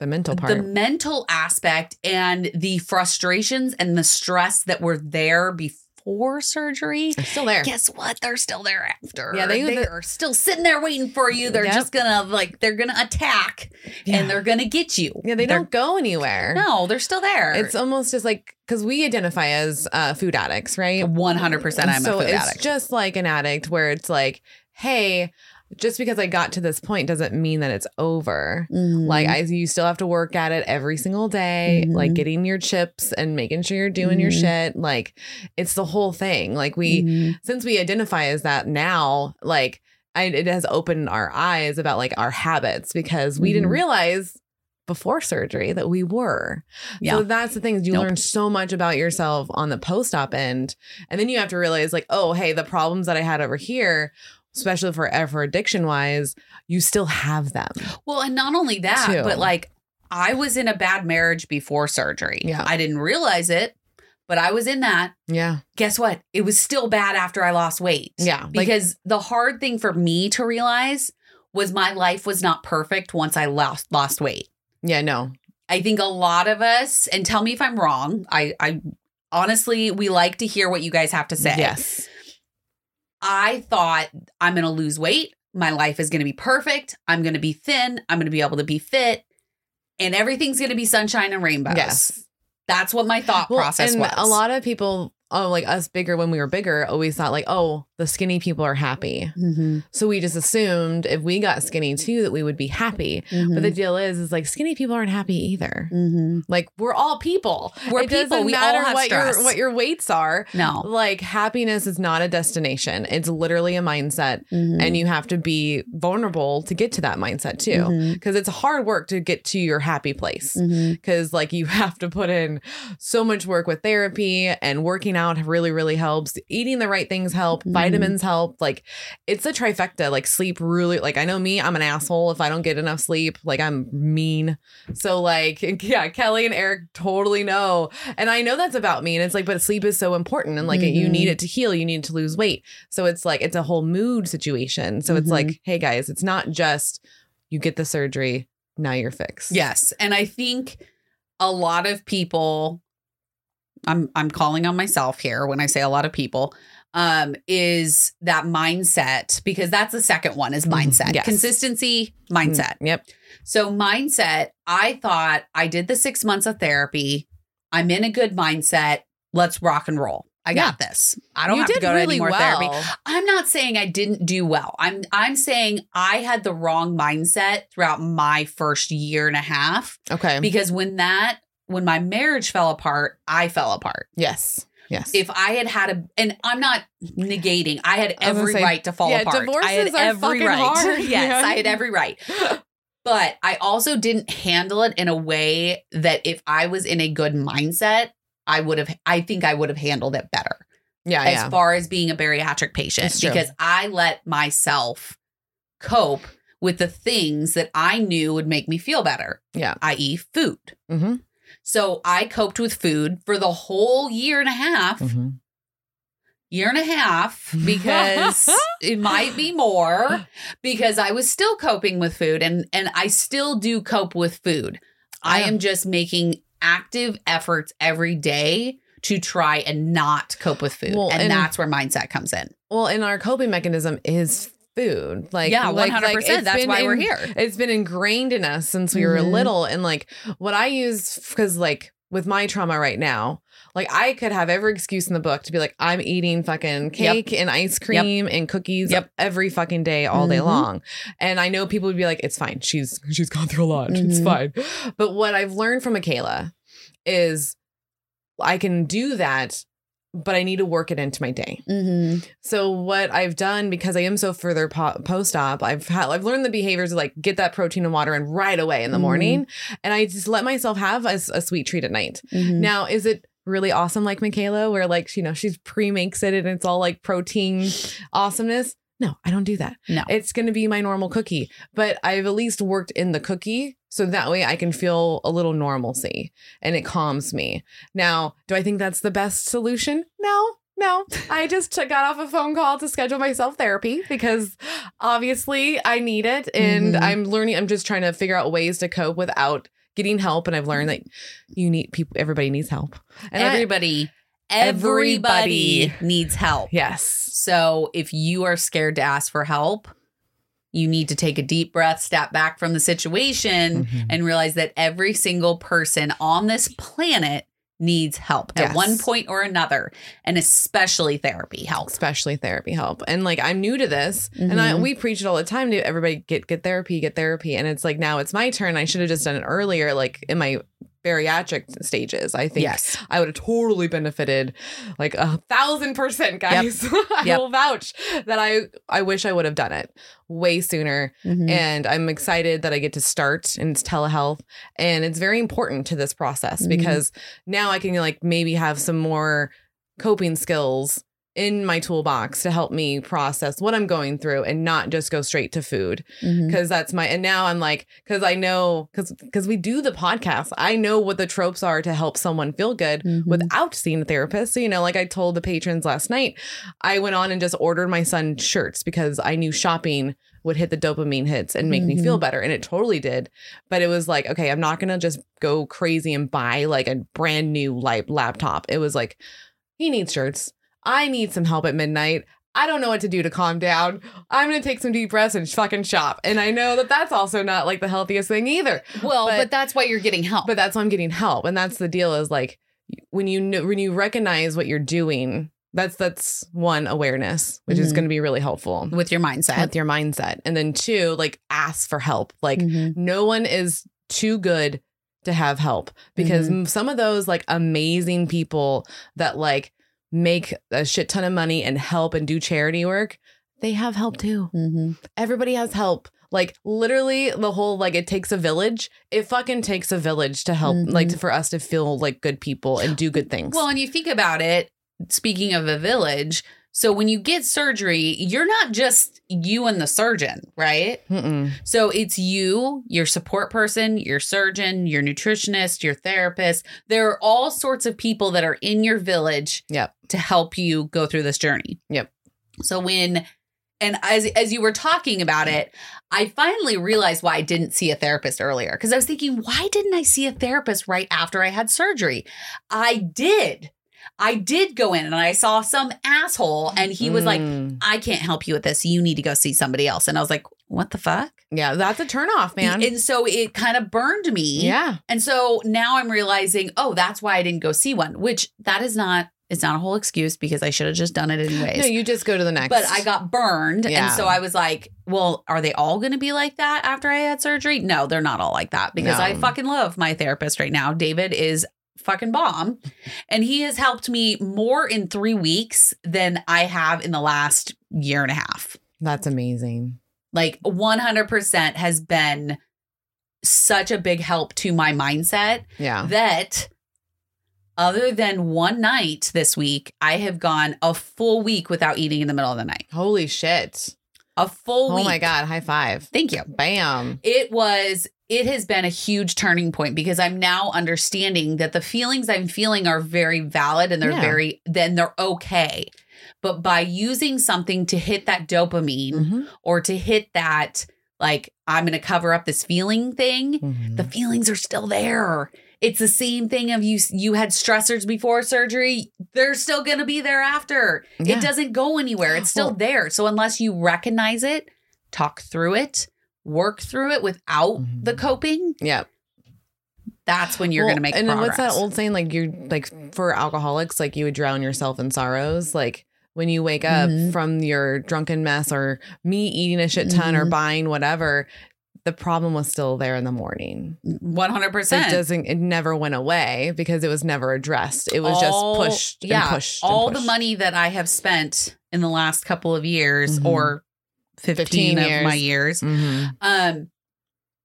Speaker 2: The mental part.
Speaker 3: the mental aspect and the frustrations and the stress that were there before surgery.
Speaker 2: It's still there.
Speaker 3: Guess what? They're still there after.
Speaker 2: Yeah, they-
Speaker 3: they
Speaker 2: they-
Speaker 3: are still sitting there waiting for you. They're
Speaker 2: Yep.
Speaker 3: just gonna like they're gonna attack
Speaker 2: Yeah.
Speaker 3: and they're gonna get you.
Speaker 2: yeah, they
Speaker 3: They're-
Speaker 2: don't go anywhere.
Speaker 3: No, they're still there.
Speaker 2: It's almost just like because we identify as uh, food addicts, right?
Speaker 3: one hundred percent. I'm a
Speaker 2: so
Speaker 3: food
Speaker 2: it's
Speaker 3: addict.
Speaker 2: just like an addict where it's like, hey, just because I got to this point doesn't mean that it's over. Like
Speaker 3: Like,
Speaker 2: I you still have to work at it every single day, like
Speaker 3: Mhm.
Speaker 2: getting your chips and making sure you're doing your
Speaker 3: Mhm.
Speaker 2: shit. Like it's the whole thing. Like we
Speaker 3: Mm-hmm.
Speaker 2: since we identify as that now, like I, it has opened our eyes about like our habits because we didn't
Speaker 3: Mhm.
Speaker 2: realize before surgery that we were.
Speaker 3: Yeah.
Speaker 2: So that's the thing is you
Speaker 3: Nope.
Speaker 2: learn so much about yourself on the post op end, and then you have to realize like, oh, hey, the problems that I had over here, especially for for addiction wise, you still have them.
Speaker 3: well, and not only that,
Speaker 2: Two.
Speaker 3: but like I was in a bad marriage before surgery.
Speaker 2: Yeah.
Speaker 3: I didn't realize it, but I was in that.
Speaker 2: Yeah,
Speaker 3: Guess what? It was still bad after I lost weight.
Speaker 2: yeah, like
Speaker 3: Because the hard thing for me to realize was my life was not perfect once I lost lost weight.
Speaker 2: yeah, no,
Speaker 3: I think a lot of us, and tell me if I'm wrong, I, I honestly, we like to hear what you guys have to say.
Speaker 2: yes,
Speaker 3: I thought I'm going to lose weight. My life is going to be perfect. I'm going to be thin. I'm going to be able to be fit. And everything's going to be sunshine and rainbows.
Speaker 2: yes.
Speaker 3: That's what my thought
Speaker 2: Well,
Speaker 3: process
Speaker 2: and
Speaker 3: was.
Speaker 2: A lot of people, oh, like us bigger when we were bigger, always thought like, oh, the skinny people are happy.
Speaker 3: Mhm,
Speaker 2: So we just assumed if we got skinny too that we would be happy.
Speaker 3: Mm-hmm.
Speaker 2: But the deal is, is like skinny people aren't happy either.
Speaker 3: mhm.
Speaker 2: Like we're all people.
Speaker 3: We're
Speaker 2: it
Speaker 3: people.
Speaker 2: doesn't
Speaker 3: We all
Speaker 2: matter
Speaker 3: have
Speaker 2: what
Speaker 3: stress.
Speaker 2: your what your weights are.
Speaker 3: No.
Speaker 2: Like happiness is not a destination. It's literally a mindset, Mm-hmm.
Speaker 3: Mm-hmm.
Speaker 2: and you have to be vulnerable to get to that mindset too.
Speaker 3: Mm-hmm.
Speaker 2: Because it's hard work to get to your happy place because like you have to put in so much work with therapy and working out really really helps eating the right things help
Speaker 3: Mhm.
Speaker 2: vitamins help like it's a trifecta like sleep really like i know me i'm an asshole if i don't get enough sleep like i'm mean so like yeah kelly and eric totally know and i know that's about me and it's like but sleep is so important and like you
Speaker 3: Mhm.
Speaker 2: need it to heal you need to lose weight so it's like it's a whole mood situation so it's
Speaker 3: Mhm.
Speaker 2: like hey guys it's not just you get the surgery now you're fixed
Speaker 3: Yes, and I think a lot of people I'm I'm calling on myself here when I say a lot of people um is that mindset because that's the second one is
Speaker 2: Mhm.
Speaker 3: mindset.
Speaker 2: Yes.
Speaker 3: Consistency,
Speaker 2: Mm,
Speaker 3: mindset.
Speaker 2: yep
Speaker 3: So mindset, I thought I did the 6 months of therapy. I'm in a good mindset. Let's rock and roll. I got this. I don't have to go to any more therapy. I'm not saying I didn't do well. I'm I'm saying I had the wrong mindset throughout my first year and a half
Speaker 2: Okay.
Speaker 3: because when that when my marriage fell apart i fell apart
Speaker 2: yes. Yes.
Speaker 3: if i had had a and i'm not negating i had
Speaker 2: I was gonna
Speaker 3: every
Speaker 2: say,
Speaker 3: right to fall
Speaker 2: yeah,
Speaker 3: apart i had
Speaker 2: divorces are
Speaker 3: every
Speaker 2: fucking
Speaker 3: right
Speaker 2: hard,
Speaker 3: yes
Speaker 2: man.
Speaker 3: i had every right but i also didn't handle it in a way that if i was in a good mindset i would have i think i would have handled it better
Speaker 2: yeah.
Speaker 3: as
Speaker 2: Uh, yeah.
Speaker 3: far as being a bariatric patient
Speaker 2: That's true.
Speaker 3: because I let myself cope with the things that I knew would make me feel better.
Speaker 2: Yeah.
Speaker 3: I.e., food.
Speaker 2: Mm-hmm.
Speaker 3: So I coped with food for the whole year and a half,
Speaker 2: Mm-hmm.
Speaker 3: year and a half, because it might be more, because I was still coping with food and and I still do cope with food. I
Speaker 2: Yeah.
Speaker 3: am just making active efforts every day to try and not cope with food.
Speaker 2: Well,
Speaker 3: and,
Speaker 2: and-
Speaker 3: that's where mindset comes in.
Speaker 2: Well, and our coping mechanism is food. Like
Speaker 3: yeah,
Speaker 2: like-
Speaker 3: 100%.
Speaker 2: like, it's
Speaker 3: that's
Speaker 2: been
Speaker 3: why we're
Speaker 2: in-
Speaker 3: here.
Speaker 2: It's been ingrained in us since we were
Speaker 3: Mhm.
Speaker 2: little, and like what I use because like with my trauma right now, like I could have every excuse in the book to be like I'm eating fucking cake and ice cream and cookies
Speaker 3: Yep.
Speaker 2: every fucking day all day
Speaker 3: Mhm.
Speaker 2: long, and I know people would be like it's fine. She's she's gone through a lot. It's
Speaker 3: Mhm.
Speaker 2: fine. But what I've learned from Michaela is I can do that, but I need to work it into my day.
Speaker 3: Mm-hmm.
Speaker 2: So what I've done because I am so further po- post op, I've had I've learned the behaviors of like get that protein and water in right away in the
Speaker 3: Mhm.
Speaker 2: morning, and I just let myself have a, s- a sweet treat at night.
Speaker 3: mm-hmm.
Speaker 2: Now, is it really awesome like Michaela, where like you know she's pre makes it and it's all like protein awesomeness? No, I don't do that.
Speaker 3: No.
Speaker 2: it's going to be my normal cookie, but I've at least worked in the cookie so that way I can feel a little normalcy and it calms me. Now, do I think that's the best solution? No. No, I just took, got off a phone call to schedule myself therapy because obviously I need it. And
Speaker 3: Mhm.
Speaker 2: I'm learning, I'm just trying to figure out ways to cope without getting help. And I've learned that you need people, everybody needs help. And I-
Speaker 3: everybody,
Speaker 2: Everybody.
Speaker 3: everybody, needs help.
Speaker 2: yes.
Speaker 3: So if you are scared to ask for help, you need to take a deep breath, step back Mm-hmm. from the situation, and realize that every single person on this planet needs help at
Speaker 2: Yes.
Speaker 3: one point or another, and especially therapy help.
Speaker 2: especially therapy help. And like I'm new to this, and I,
Speaker 3: Mhm.
Speaker 2: we preach it all the time to everybody get get therapy, get therapy. And it's like now it's my turn. I should have just done it earlier, like in my bariatric stages. I think
Speaker 3: Yes.
Speaker 2: I would have totally benefited, like a thousand percent, guys. I
Speaker 3: Yep.
Speaker 2: will vouch that I I wish I would have done it way sooner.
Speaker 3: And-
Speaker 2: And I'm excited that I get to start and it's telehealth. And it's very important to this process
Speaker 3: Mhm.
Speaker 2: because now I can like maybe have some more coping skills in my toolbox to help me process what I'm going through and not just go straight to food.
Speaker 3: Mm.
Speaker 2: Cause that's my, and now I'm like, cause I know, cause, cause we do the podcast. I know what the tropes are to help someone feel good
Speaker 3: Mhm.
Speaker 2: without seeing a therapist. So, you know, like I told the patrons last night, I went on and just ordered my son shirts because I knew shopping would hit the dopamine hits and make me feel better. And it totally did. But it was like, okay, I'm not going to just go crazy and buy like a brand new like laptop. It was like, he needs shirts. I need some help at midnight. I don't know what to do to calm down. I'm going to take some deep breaths and fucking shop. And I know that that's also not like the healthiest thing either
Speaker 3: well, but,
Speaker 2: but-
Speaker 3: that's why you're getting help.
Speaker 2: but that's why I'm getting help, and that's the deal. Is like when you kn- when you recognize what you're doing, that's that's one awareness, which is
Speaker 3: Mhm.
Speaker 2: going to be really helpful
Speaker 3: with your mindset.
Speaker 2: with your mindset, and then two, like ask for help. Like
Speaker 3: Mhm.
Speaker 2: no one is too good to have help because m some of those like amazing people that like make a shit ton of money and help and do charity work, they have help too
Speaker 3: Mhm.
Speaker 2: everybody has help like literally the whole like it takes a village it fucking takes a village to help
Speaker 3: Mhm.
Speaker 2: like for us to feel like good people and do good things
Speaker 3: Well, and you think about it, speaking of a village, so when you get surgery, you're not just you and the surgeon, right?
Speaker 2: Mm-mm.
Speaker 3: So it's you, your support person, your surgeon, your nutritionist, your therapist. There are all sorts of people that are in your village
Speaker 2: Yep.
Speaker 3: to help you go through this journey.
Speaker 2: Yep.
Speaker 3: So when and as as you were talking about it, I finally realized why I didn't see a therapist earlier because I was thinking, why didn't I see a therapist right after I had surgery? I did. I did go in and I saw some asshole and he was like,
Speaker 2: Mm.
Speaker 3: I can't help you with this. You need to go see somebody else. And I was like, what the fuck?
Speaker 2: yeah that's a turnoff man
Speaker 3: And so it kind of burned me.
Speaker 2: yeah
Speaker 3: And so now I'm realizing, oh, that's why I didn't go see one, which that is not it's not a whole excuse because I should have just done it anyways.
Speaker 2: no you just go to the next
Speaker 3: but I got burned. And
Speaker 2: Yeah.
Speaker 3: so I was like, well, are they all going to be like that after I had surgery? No, they're not all like that because
Speaker 2: No.
Speaker 3: I fucking love my therapist right now. David is fucking bomb. And he has helped me more in three weeks than I have in the last year and a half
Speaker 2: that's amazing
Speaker 3: like 100% has been such a big help to my mindset
Speaker 2: yeah
Speaker 3: that other than one night this week, I have gone a full week without eating in the middle of the night.
Speaker 2: holy shit
Speaker 3: A full
Speaker 2: oh
Speaker 3: week.
Speaker 2: my god high five
Speaker 3: Thank you.
Speaker 2: bam
Speaker 3: It was it has been a huge turning point because I'm now understanding that the feelings I'm feeling are very valid and they're
Speaker 2: Yeah.
Speaker 3: very then they're okay. But by using something to hit that dopamine
Speaker 2: Mhm.
Speaker 3: or to hit that like I'm going to cover up this feeling thing,
Speaker 2: Mm-hmm.
Speaker 3: the feelings are still there. It's the same thing of you you had stressors before surgery, they're still going to be there after.
Speaker 2: Yeah.
Speaker 3: It doesn't go anywhere. It's still
Speaker 2: Well-
Speaker 3: there. So unless you recognize it, talk through it, work through it without
Speaker 2: Mhm.
Speaker 3: the coping,
Speaker 2: yeah
Speaker 3: that's when you're
Speaker 2: Well,
Speaker 3: going to make
Speaker 2: and then
Speaker 3: progress.
Speaker 2: what's that old saying like you're like for alcoholics like you would drown yourself in sorrows like when you wake up
Speaker 3: Mhm.
Speaker 2: from your drunken mess or me eating a shit ton or
Speaker 3: Mhm.
Speaker 2: buying whatever the problem was still there in the morning
Speaker 3: 100%.
Speaker 2: it doesn't it never went away because it was never addressed it was
Speaker 3: All-
Speaker 2: just pushed and pushed and
Speaker 3: all the
Speaker 2: pushed.
Speaker 3: money that I have spent in the last couple of years
Speaker 2: Mhm.
Speaker 3: or 15,
Speaker 2: 15
Speaker 3: of my years.
Speaker 2: years. Mhm.
Speaker 3: Um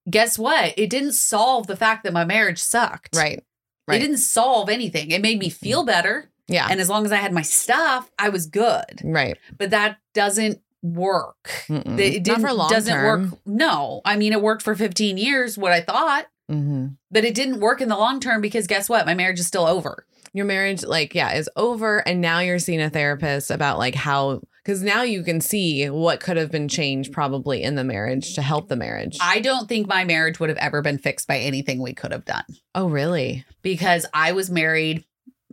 Speaker 3: guess what? It didn't solve the fact that my marriage sucked.
Speaker 2: right right. Mm-hmm.
Speaker 3: It didn't solve anything. It made me feel better
Speaker 2: yeah
Speaker 3: and as long as I had my stuff, I was good.
Speaker 2: right
Speaker 3: But that doesn't work.
Speaker 2: Mm-mm.
Speaker 3: It
Speaker 2: Not
Speaker 3: didn't,
Speaker 2: for long
Speaker 3: doesn't
Speaker 2: term.
Speaker 3: work. No. I mean it worked for 15 years what I thought,
Speaker 2: hmm
Speaker 3: but it didn't work in the long term because guess what? My marriage is still over.
Speaker 2: your marriage like yeah is over and now you're seeing a therapist about like how because now you can see what could have been changed probably in the marriage to help the marriage
Speaker 3: I don't think my marriage would have ever been fixed by anything we could have done.
Speaker 2: oh really
Speaker 3: because I was married,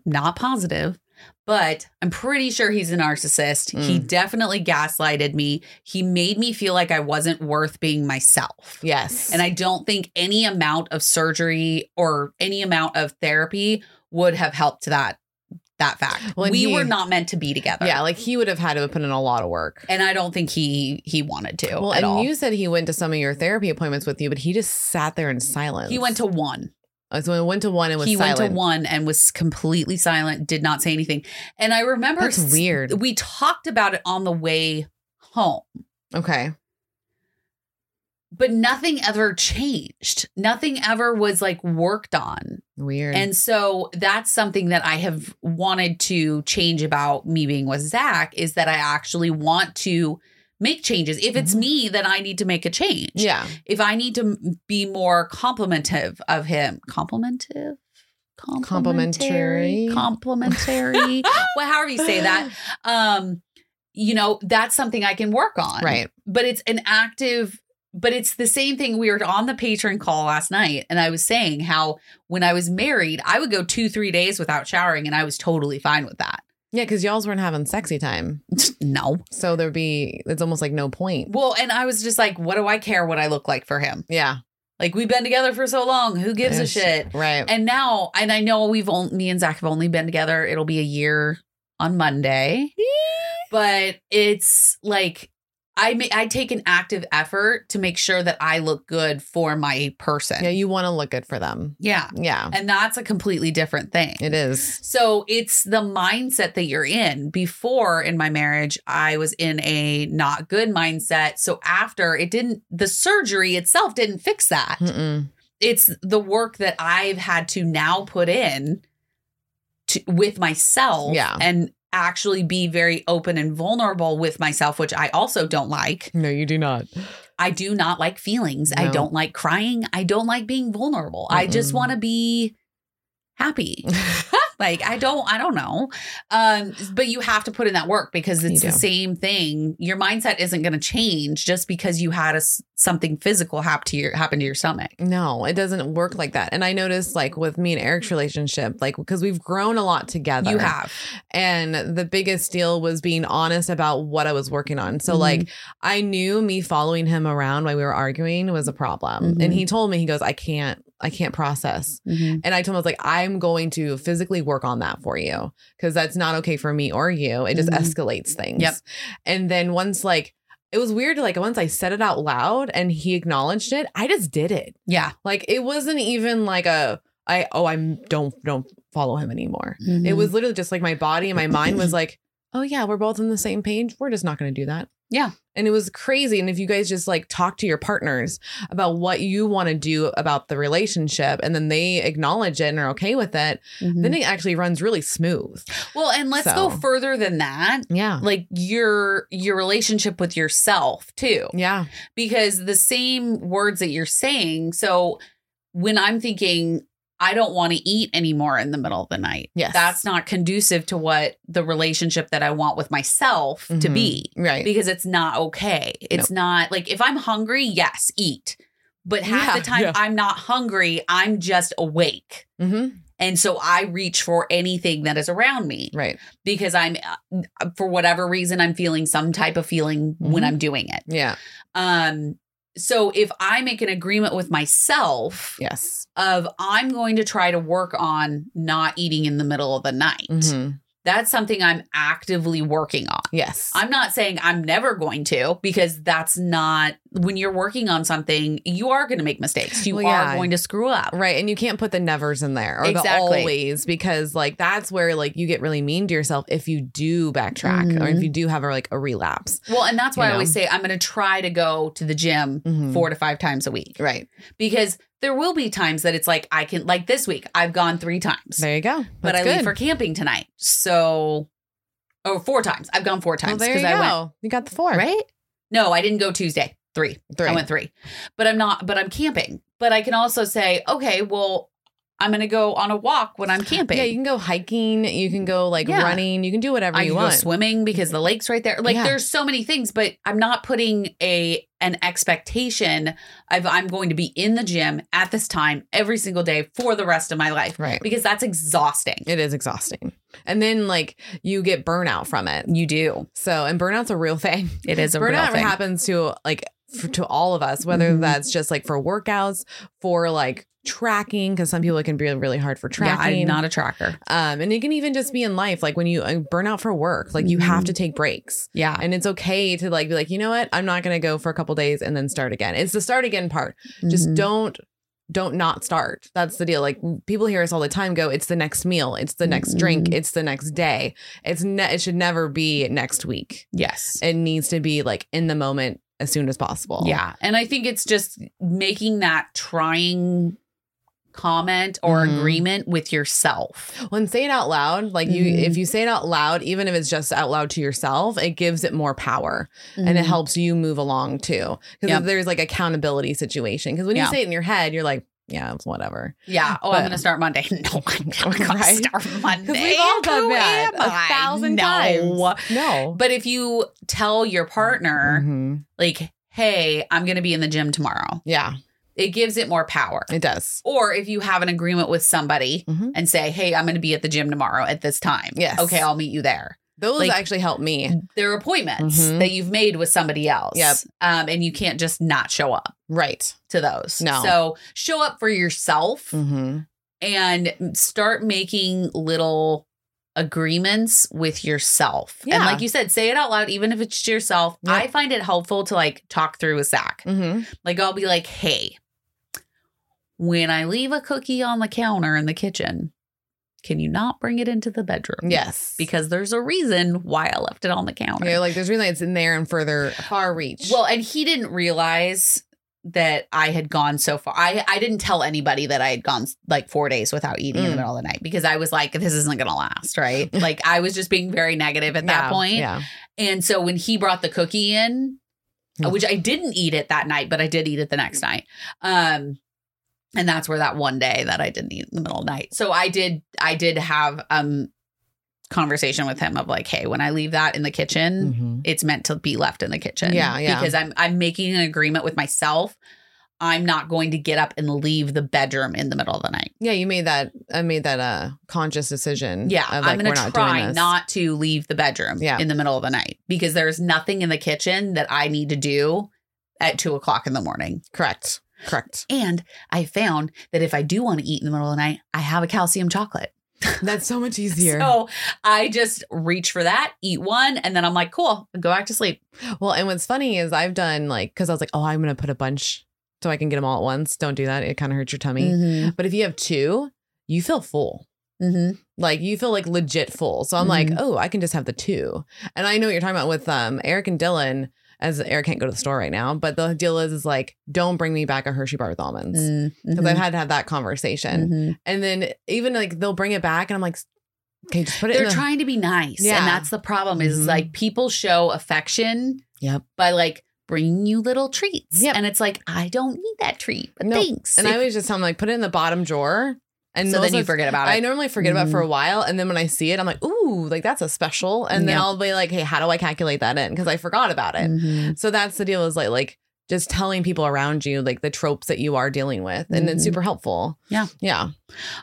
Speaker 3: not positive, but I'm pretty sure he's a narcissist. He
Speaker 2: Mm.
Speaker 3: definitely gaslighted me. He made me feel like I wasn't worth being myself.
Speaker 2: yes
Speaker 3: And I don't think any amount of surgery or any amount of therapy would have helped that that fact.
Speaker 2: When
Speaker 3: we
Speaker 2: he-
Speaker 3: were not meant to be together.
Speaker 2: Yeah, like he would have had to put in a lot of work.
Speaker 3: And I don't think he he wanted to
Speaker 2: Well,
Speaker 3: at
Speaker 2: and
Speaker 3: all.
Speaker 2: you said he went to some of your therapy appointments with you, but he just sat there in silence.
Speaker 3: he went to one.
Speaker 2: Oh, so he went to one and was
Speaker 3: He
Speaker 2: silent.
Speaker 3: went to one and was completely silent, did not say anything. And I remember
Speaker 2: That's
Speaker 3: s-
Speaker 2: weird.
Speaker 3: we talked about it on the way home,
Speaker 2: Okay.
Speaker 3: but nothing ever changed. Nothing ever was like worked on.
Speaker 2: Weird.
Speaker 3: And so that's something that I have wanted to change about me being with Zach is that I actually want to make changes. If it's
Speaker 2: Mhm.
Speaker 3: me, then I need to make a change.
Speaker 2: yeah.
Speaker 3: If I need to m- be more complimentive of him, complimentive,
Speaker 2: Complimentary.
Speaker 3: complimentary, well, however you say that, um, you know, that's something I can work on
Speaker 2: Right.
Speaker 3: but it's an active but it's the same thing we were on the patron call last night and i was saying how when i was married i would go two three days without showering and i was totally fine with that
Speaker 2: Yeah, because y'all's weren't having sexy time.
Speaker 3: no
Speaker 2: So there'd be, it's almost like no point.
Speaker 3: well and i was just like what do i care what i look like for him
Speaker 2: Yeah.
Speaker 3: like we've been together for so long who gives a
Speaker 2: Yes.
Speaker 3: shit
Speaker 2: Right.
Speaker 3: and now and i know we've only me and zach have only been together it'll be a year on monday but it's like I may, I take an active effort to make sure that I look good for my person.
Speaker 2: yeah, you want to look good for them.
Speaker 3: Yeah.
Speaker 2: Yeah,
Speaker 3: And that's a completely different thing.
Speaker 2: it is.
Speaker 3: So it's the mindset that you're in. Before in my marriage, I was in a not good mindset. So after it didn't, the surgery itself didn't fix that.
Speaker 2: Mm-mm.
Speaker 3: It's the work that I've had to now put in to, with myself
Speaker 2: Yeah.
Speaker 3: and actually be very open and vulnerable with myself, which I also don't like.
Speaker 2: No, you do not.
Speaker 3: I do not like feelings. I
Speaker 2: No.
Speaker 3: don't like crying. I don't like being vulnerable. I just
Speaker 2: Mm-mm.
Speaker 3: want to be happy. like I don't I don't know. Um but you have to put in that work because
Speaker 2: You
Speaker 3: it's the
Speaker 2: do.
Speaker 3: same thing. Your mindset isn't going to change just because you had a s something physical happen to your happen to your stomach.
Speaker 2: no, it doesn't work like that. And I noticed, like, with me and Eric's relationship, like, because we've grown a lot together.
Speaker 3: You have.
Speaker 2: And the biggest deal was being honest about what I was working on. So, like, I knew me following him around while we were arguing was a problem.
Speaker 3: Mhm.
Speaker 2: And he told me, he goes, I can't, I can't process. And I told him, I was like, I'm going to physically work on that for you because that's not okay for me or you. It just
Speaker 3: Mhm.
Speaker 2: escalates things.
Speaker 3: Yep.
Speaker 2: And then once, like, it was weird, like, once I said it out loud and he acknowledged it, I just did it.
Speaker 3: Yeah.
Speaker 2: Like, it wasn't even like a, I, oh, I'm, don't, don't follow him anymore. It
Speaker 3: Mm.
Speaker 2: was literally just like my body and my mind was like, oh yeah, we're both on the same page. We're just not going to do that.
Speaker 3: Yeah.
Speaker 2: And it was crazy. And if you guys just like talk to your partners about what you want to do about the relationship and then they acknowledge it and are okay with it, then
Speaker 3: Mm.
Speaker 2: it actually runs really smooth.
Speaker 3: well, and let's go
Speaker 2: Mm-hmm. So. Uh-huh.
Speaker 3: further than that.
Speaker 2: Yeah.
Speaker 3: Like your your relationship with yourself too.
Speaker 2: Yeah.
Speaker 3: because the same words that you're saying. So when I'm thinking, I don't want to eat anymore in the middle of the night.
Speaker 2: Yes.
Speaker 3: That's not conducive to what the relationship that I want with myself to
Speaker 2: Mhm.
Speaker 3: be
Speaker 2: Right.
Speaker 3: because it's not okay. It's not like if I'm hungry, yes, eat. But half
Speaker 2: Yeah,
Speaker 3: the time
Speaker 2: yeah.
Speaker 3: I'm not hungry, I'm just awake.
Speaker 2: mm-hmm.
Speaker 3: And so I reach for anything that is around me
Speaker 2: Right.
Speaker 3: because I'm, uh, for whatever reason, I'm feeling some type of feeling when
Speaker 2: Mhm.
Speaker 3: I'm doing it.
Speaker 2: Yeah.
Speaker 3: Um, so if I make an agreement with myself
Speaker 2: Yes.
Speaker 3: of I'm going to try to work on not eating in the middle of the night,
Speaker 2: hmm
Speaker 3: that's something I'm actively working on.
Speaker 2: Yes.
Speaker 3: I'm not saying I'm never going to because that's not when you're working on something, you are going to make mistakes. You
Speaker 2: Well,
Speaker 3: are
Speaker 2: yeah.
Speaker 3: going to screw up.
Speaker 2: Right. And you can't put the nevers in there or the
Speaker 3: Exactly.
Speaker 2: always because like that's where like you get really mean to yourself if you do backtrack or if
Speaker 3: Mhm.
Speaker 2: you do have a, like a relapse.
Speaker 3: Well, and that's why
Speaker 2: You
Speaker 3: I always
Speaker 2: know.
Speaker 3: say I'm going to try to go to the gym
Speaker 2: Mhm.
Speaker 3: four to five times a week
Speaker 2: Right.
Speaker 3: because there will be times that it's like I can, like this week, I've gone three times.
Speaker 2: There you go.
Speaker 3: but
Speaker 2: That's
Speaker 3: I leave
Speaker 2: good.
Speaker 3: for camping tonight. So, oh, four times. I've gone four
Speaker 2: Well,
Speaker 3: times
Speaker 2: there you
Speaker 3: I
Speaker 2: go.
Speaker 3: went.
Speaker 2: You got the four.
Speaker 3: Right? No, I didn't go Tuesday. Three.
Speaker 2: Three.
Speaker 3: I went three. But I'm not. But I'm camping. But I can also say, okay, well, I'm going to go on a walk when I'm camping.
Speaker 2: Yeah, you can go hiking. You can go like
Speaker 3: Yeah.
Speaker 2: running. You can do whatever
Speaker 3: I
Speaker 2: you
Speaker 3: can go
Speaker 2: want.
Speaker 3: swimming because the lake's right there. Like
Speaker 2: Yeah.
Speaker 3: there's so many things, but I'm not putting a an expectation of I'm going to be in the gym at this time every single day for the rest of my life
Speaker 2: Right.
Speaker 3: because that's exhausting.
Speaker 2: It is exhausting. And then like you get burnout from it.
Speaker 3: You do.
Speaker 2: So, and burnout's a real thing.
Speaker 3: It is a real
Speaker 2: burnout
Speaker 3: thing.
Speaker 2: happens to like for, to all of us, whether
Speaker 3: Mhm.
Speaker 2: that's just like for workouts, for like tracking, because some people it can be really hard for
Speaker 3: Yeah,
Speaker 2: tracking.
Speaker 3: I'm not a tracker.
Speaker 2: um, and it can even just be in life, like when you uh, burn out for work, like you have
Speaker 3: Mhm.
Speaker 2: to take breaks.
Speaker 3: Yeah.
Speaker 2: And it's okay to like be like, you know what, I'm not gonna go for a couple days and then start again. It's the start again part. Just
Speaker 3: Mhm.
Speaker 2: don't don't not start. That's the deal. Like people hear us all the time go, it's the next meal, it's the next drink,
Speaker 3: Mhm.
Speaker 2: it's the next day. It's ne- it should never be next week.
Speaker 3: Yes.
Speaker 2: It needs to be like in the moment as soon as possible.
Speaker 3: Yeah. And I think it's just making that trying comment or
Speaker 2: Mhm.
Speaker 3: agreement with yourself.
Speaker 2: When say it out loud, like you
Speaker 3: Mhm.
Speaker 2: if you say it out loud, even if it's just out loud to yourself, it gives it more power. and it helps you move along too. Because
Speaker 3: Mm-hmm. Yep.
Speaker 2: there's like accountability situation. Because when you
Speaker 3: Yeah.
Speaker 2: say it in your head, you're like, yeah, it's whatever.
Speaker 3: Yeah. Oh,
Speaker 2: But-
Speaker 3: I'm going to start Monday. No, I'm not going
Speaker 2: Right?
Speaker 3: to start Monday.
Speaker 2: Because we've all done
Speaker 3: Who
Speaker 2: that
Speaker 3: am I?
Speaker 2: a thousand
Speaker 3: No.
Speaker 2: times. No,
Speaker 3: But if you tell your partner,
Speaker 2: Mhm.
Speaker 3: like, hey, I'm going to be in the gym tomorrow,
Speaker 2: yeah,
Speaker 3: it gives it more power.
Speaker 2: it does.
Speaker 3: Or if you have an agreement with somebody
Speaker 2: Mhm.
Speaker 3: and say, hey, I'm going to be at the gym tomorrow at this time.
Speaker 2: Yes.
Speaker 3: Okay, I'll meet you there.
Speaker 2: Those
Speaker 3: Like-
Speaker 2: actually help me.
Speaker 3: They're appointments
Speaker 2: Mhm.
Speaker 3: that you've made with somebody else.
Speaker 2: Yep.
Speaker 3: Um, and you can't just not show up
Speaker 2: Right.
Speaker 3: to those.
Speaker 2: No.
Speaker 3: So show up for yourself
Speaker 2: Mm-hmm.
Speaker 3: and start making little agreements with yourself.
Speaker 2: Yeah.
Speaker 3: And like you said, say it out loud, even if it's to yourself.
Speaker 2: Yep.
Speaker 3: I find it helpful to like talk through with Zach.
Speaker 2: Mm-hmm.
Speaker 3: Like I'll be like, hey, when I leave a cookie on the counter in the kitchen, can you not bring it into the bedroom?
Speaker 2: Yes.
Speaker 3: Because there's a reason why I left it on the counter.
Speaker 2: you're like, there's really it's in there and further far reach.
Speaker 3: Well, and he didn't realize that I had gone so far. I I didn't tell anybody that I had gone like four days without eating in
Speaker 2: Mm.
Speaker 3: the middle of the night because I was like, this isn't gonna last, right? like I was just being very negative at
Speaker 2: Yeah,
Speaker 3: that point.
Speaker 2: Yeah.
Speaker 3: And so when he brought the cookie in,
Speaker 2: Mm.
Speaker 3: which I didn't eat it that night, but I did eat it the next night. Um and that's where that one day that I didn't eat in the middle of the night. So I did I did have um conversation with him of like, hey, when I leave that in the kitchen,
Speaker 2: Mhm.
Speaker 3: it's meant to be left in the kitchen.
Speaker 2: Yeah, yeah.
Speaker 3: Because I'm I'm making an agreement with myself. I'm not going to get up and leave the bedroom in the middle of the night.
Speaker 2: Yeah, you made that. I made that uh, conscious decision.
Speaker 3: Yeah,
Speaker 2: of,
Speaker 3: I'm
Speaker 2: Mm, like,
Speaker 3: going
Speaker 2: we're
Speaker 3: to
Speaker 2: not doing
Speaker 3: try
Speaker 2: this.
Speaker 3: not to leave the bedroom
Speaker 2: Yeah.
Speaker 3: in the middle of the night because there's nothing in the kitchen that I need to do at two o'clock in the morning.
Speaker 2: Correct. Correct.
Speaker 3: And I found that if I do want to eat in the middle of the night, I have a calcium chocolate.
Speaker 2: That's so much easier.
Speaker 3: So I just reach for that, eat one, and then I'm like, cool, go back to sleep.
Speaker 2: Well, and what's funny is I've done like because I was like, oh, I'm gonna put a bunch so I can get them all at once. Don't do that; it kind of hurts your tummy.
Speaker 3: Mm-hmm.
Speaker 2: But if you have two, you feel full.
Speaker 3: Mm-hmm.
Speaker 2: Like you feel like legit full. So I'm
Speaker 3: Mm.
Speaker 2: like, oh, I can just have the two. And I know what you're talking about with um Eric and Dylan. As Eric can't go to the store right now, but the deal is, is like, don't bring me back a Hershey bar with
Speaker 3: Mm.
Speaker 2: almonds
Speaker 3: Mm-hmm.
Speaker 2: because I've had to have Mm-hmm. that conversation. And then even like they'll bring it back, and I'm like, okay, just put it.
Speaker 3: they're
Speaker 2: in the-
Speaker 3: trying to be nice
Speaker 2: Yeah.
Speaker 3: and that's the problem is
Speaker 2: Mhm.
Speaker 3: like people show affection
Speaker 2: Yep.
Speaker 3: by like bringing you little treats
Speaker 2: Yep.
Speaker 3: and it's like i don't need that treat but
Speaker 2: No.
Speaker 3: thanks
Speaker 2: And I always just tell them like, put it in the bottom drawer. And
Speaker 3: so
Speaker 2: those
Speaker 3: then you
Speaker 2: are-
Speaker 3: forget about it
Speaker 2: I normally forget about it
Speaker 3: Mm.
Speaker 2: for a while, and then when I see it, I'm like, "Ooh, like that's a special," and then
Speaker 3: Yeah.
Speaker 2: I'll be like, "Hey, how do I calculate that in?" Because I forgot about it.
Speaker 3: Mhm.
Speaker 2: So that's the deal is like, like just telling people around you like the tropes that you are dealing with, and it's
Speaker 3: Mhm.
Speaker 2: super helpful.
Speaker 3: Yeah.
Speaker 2: yeah,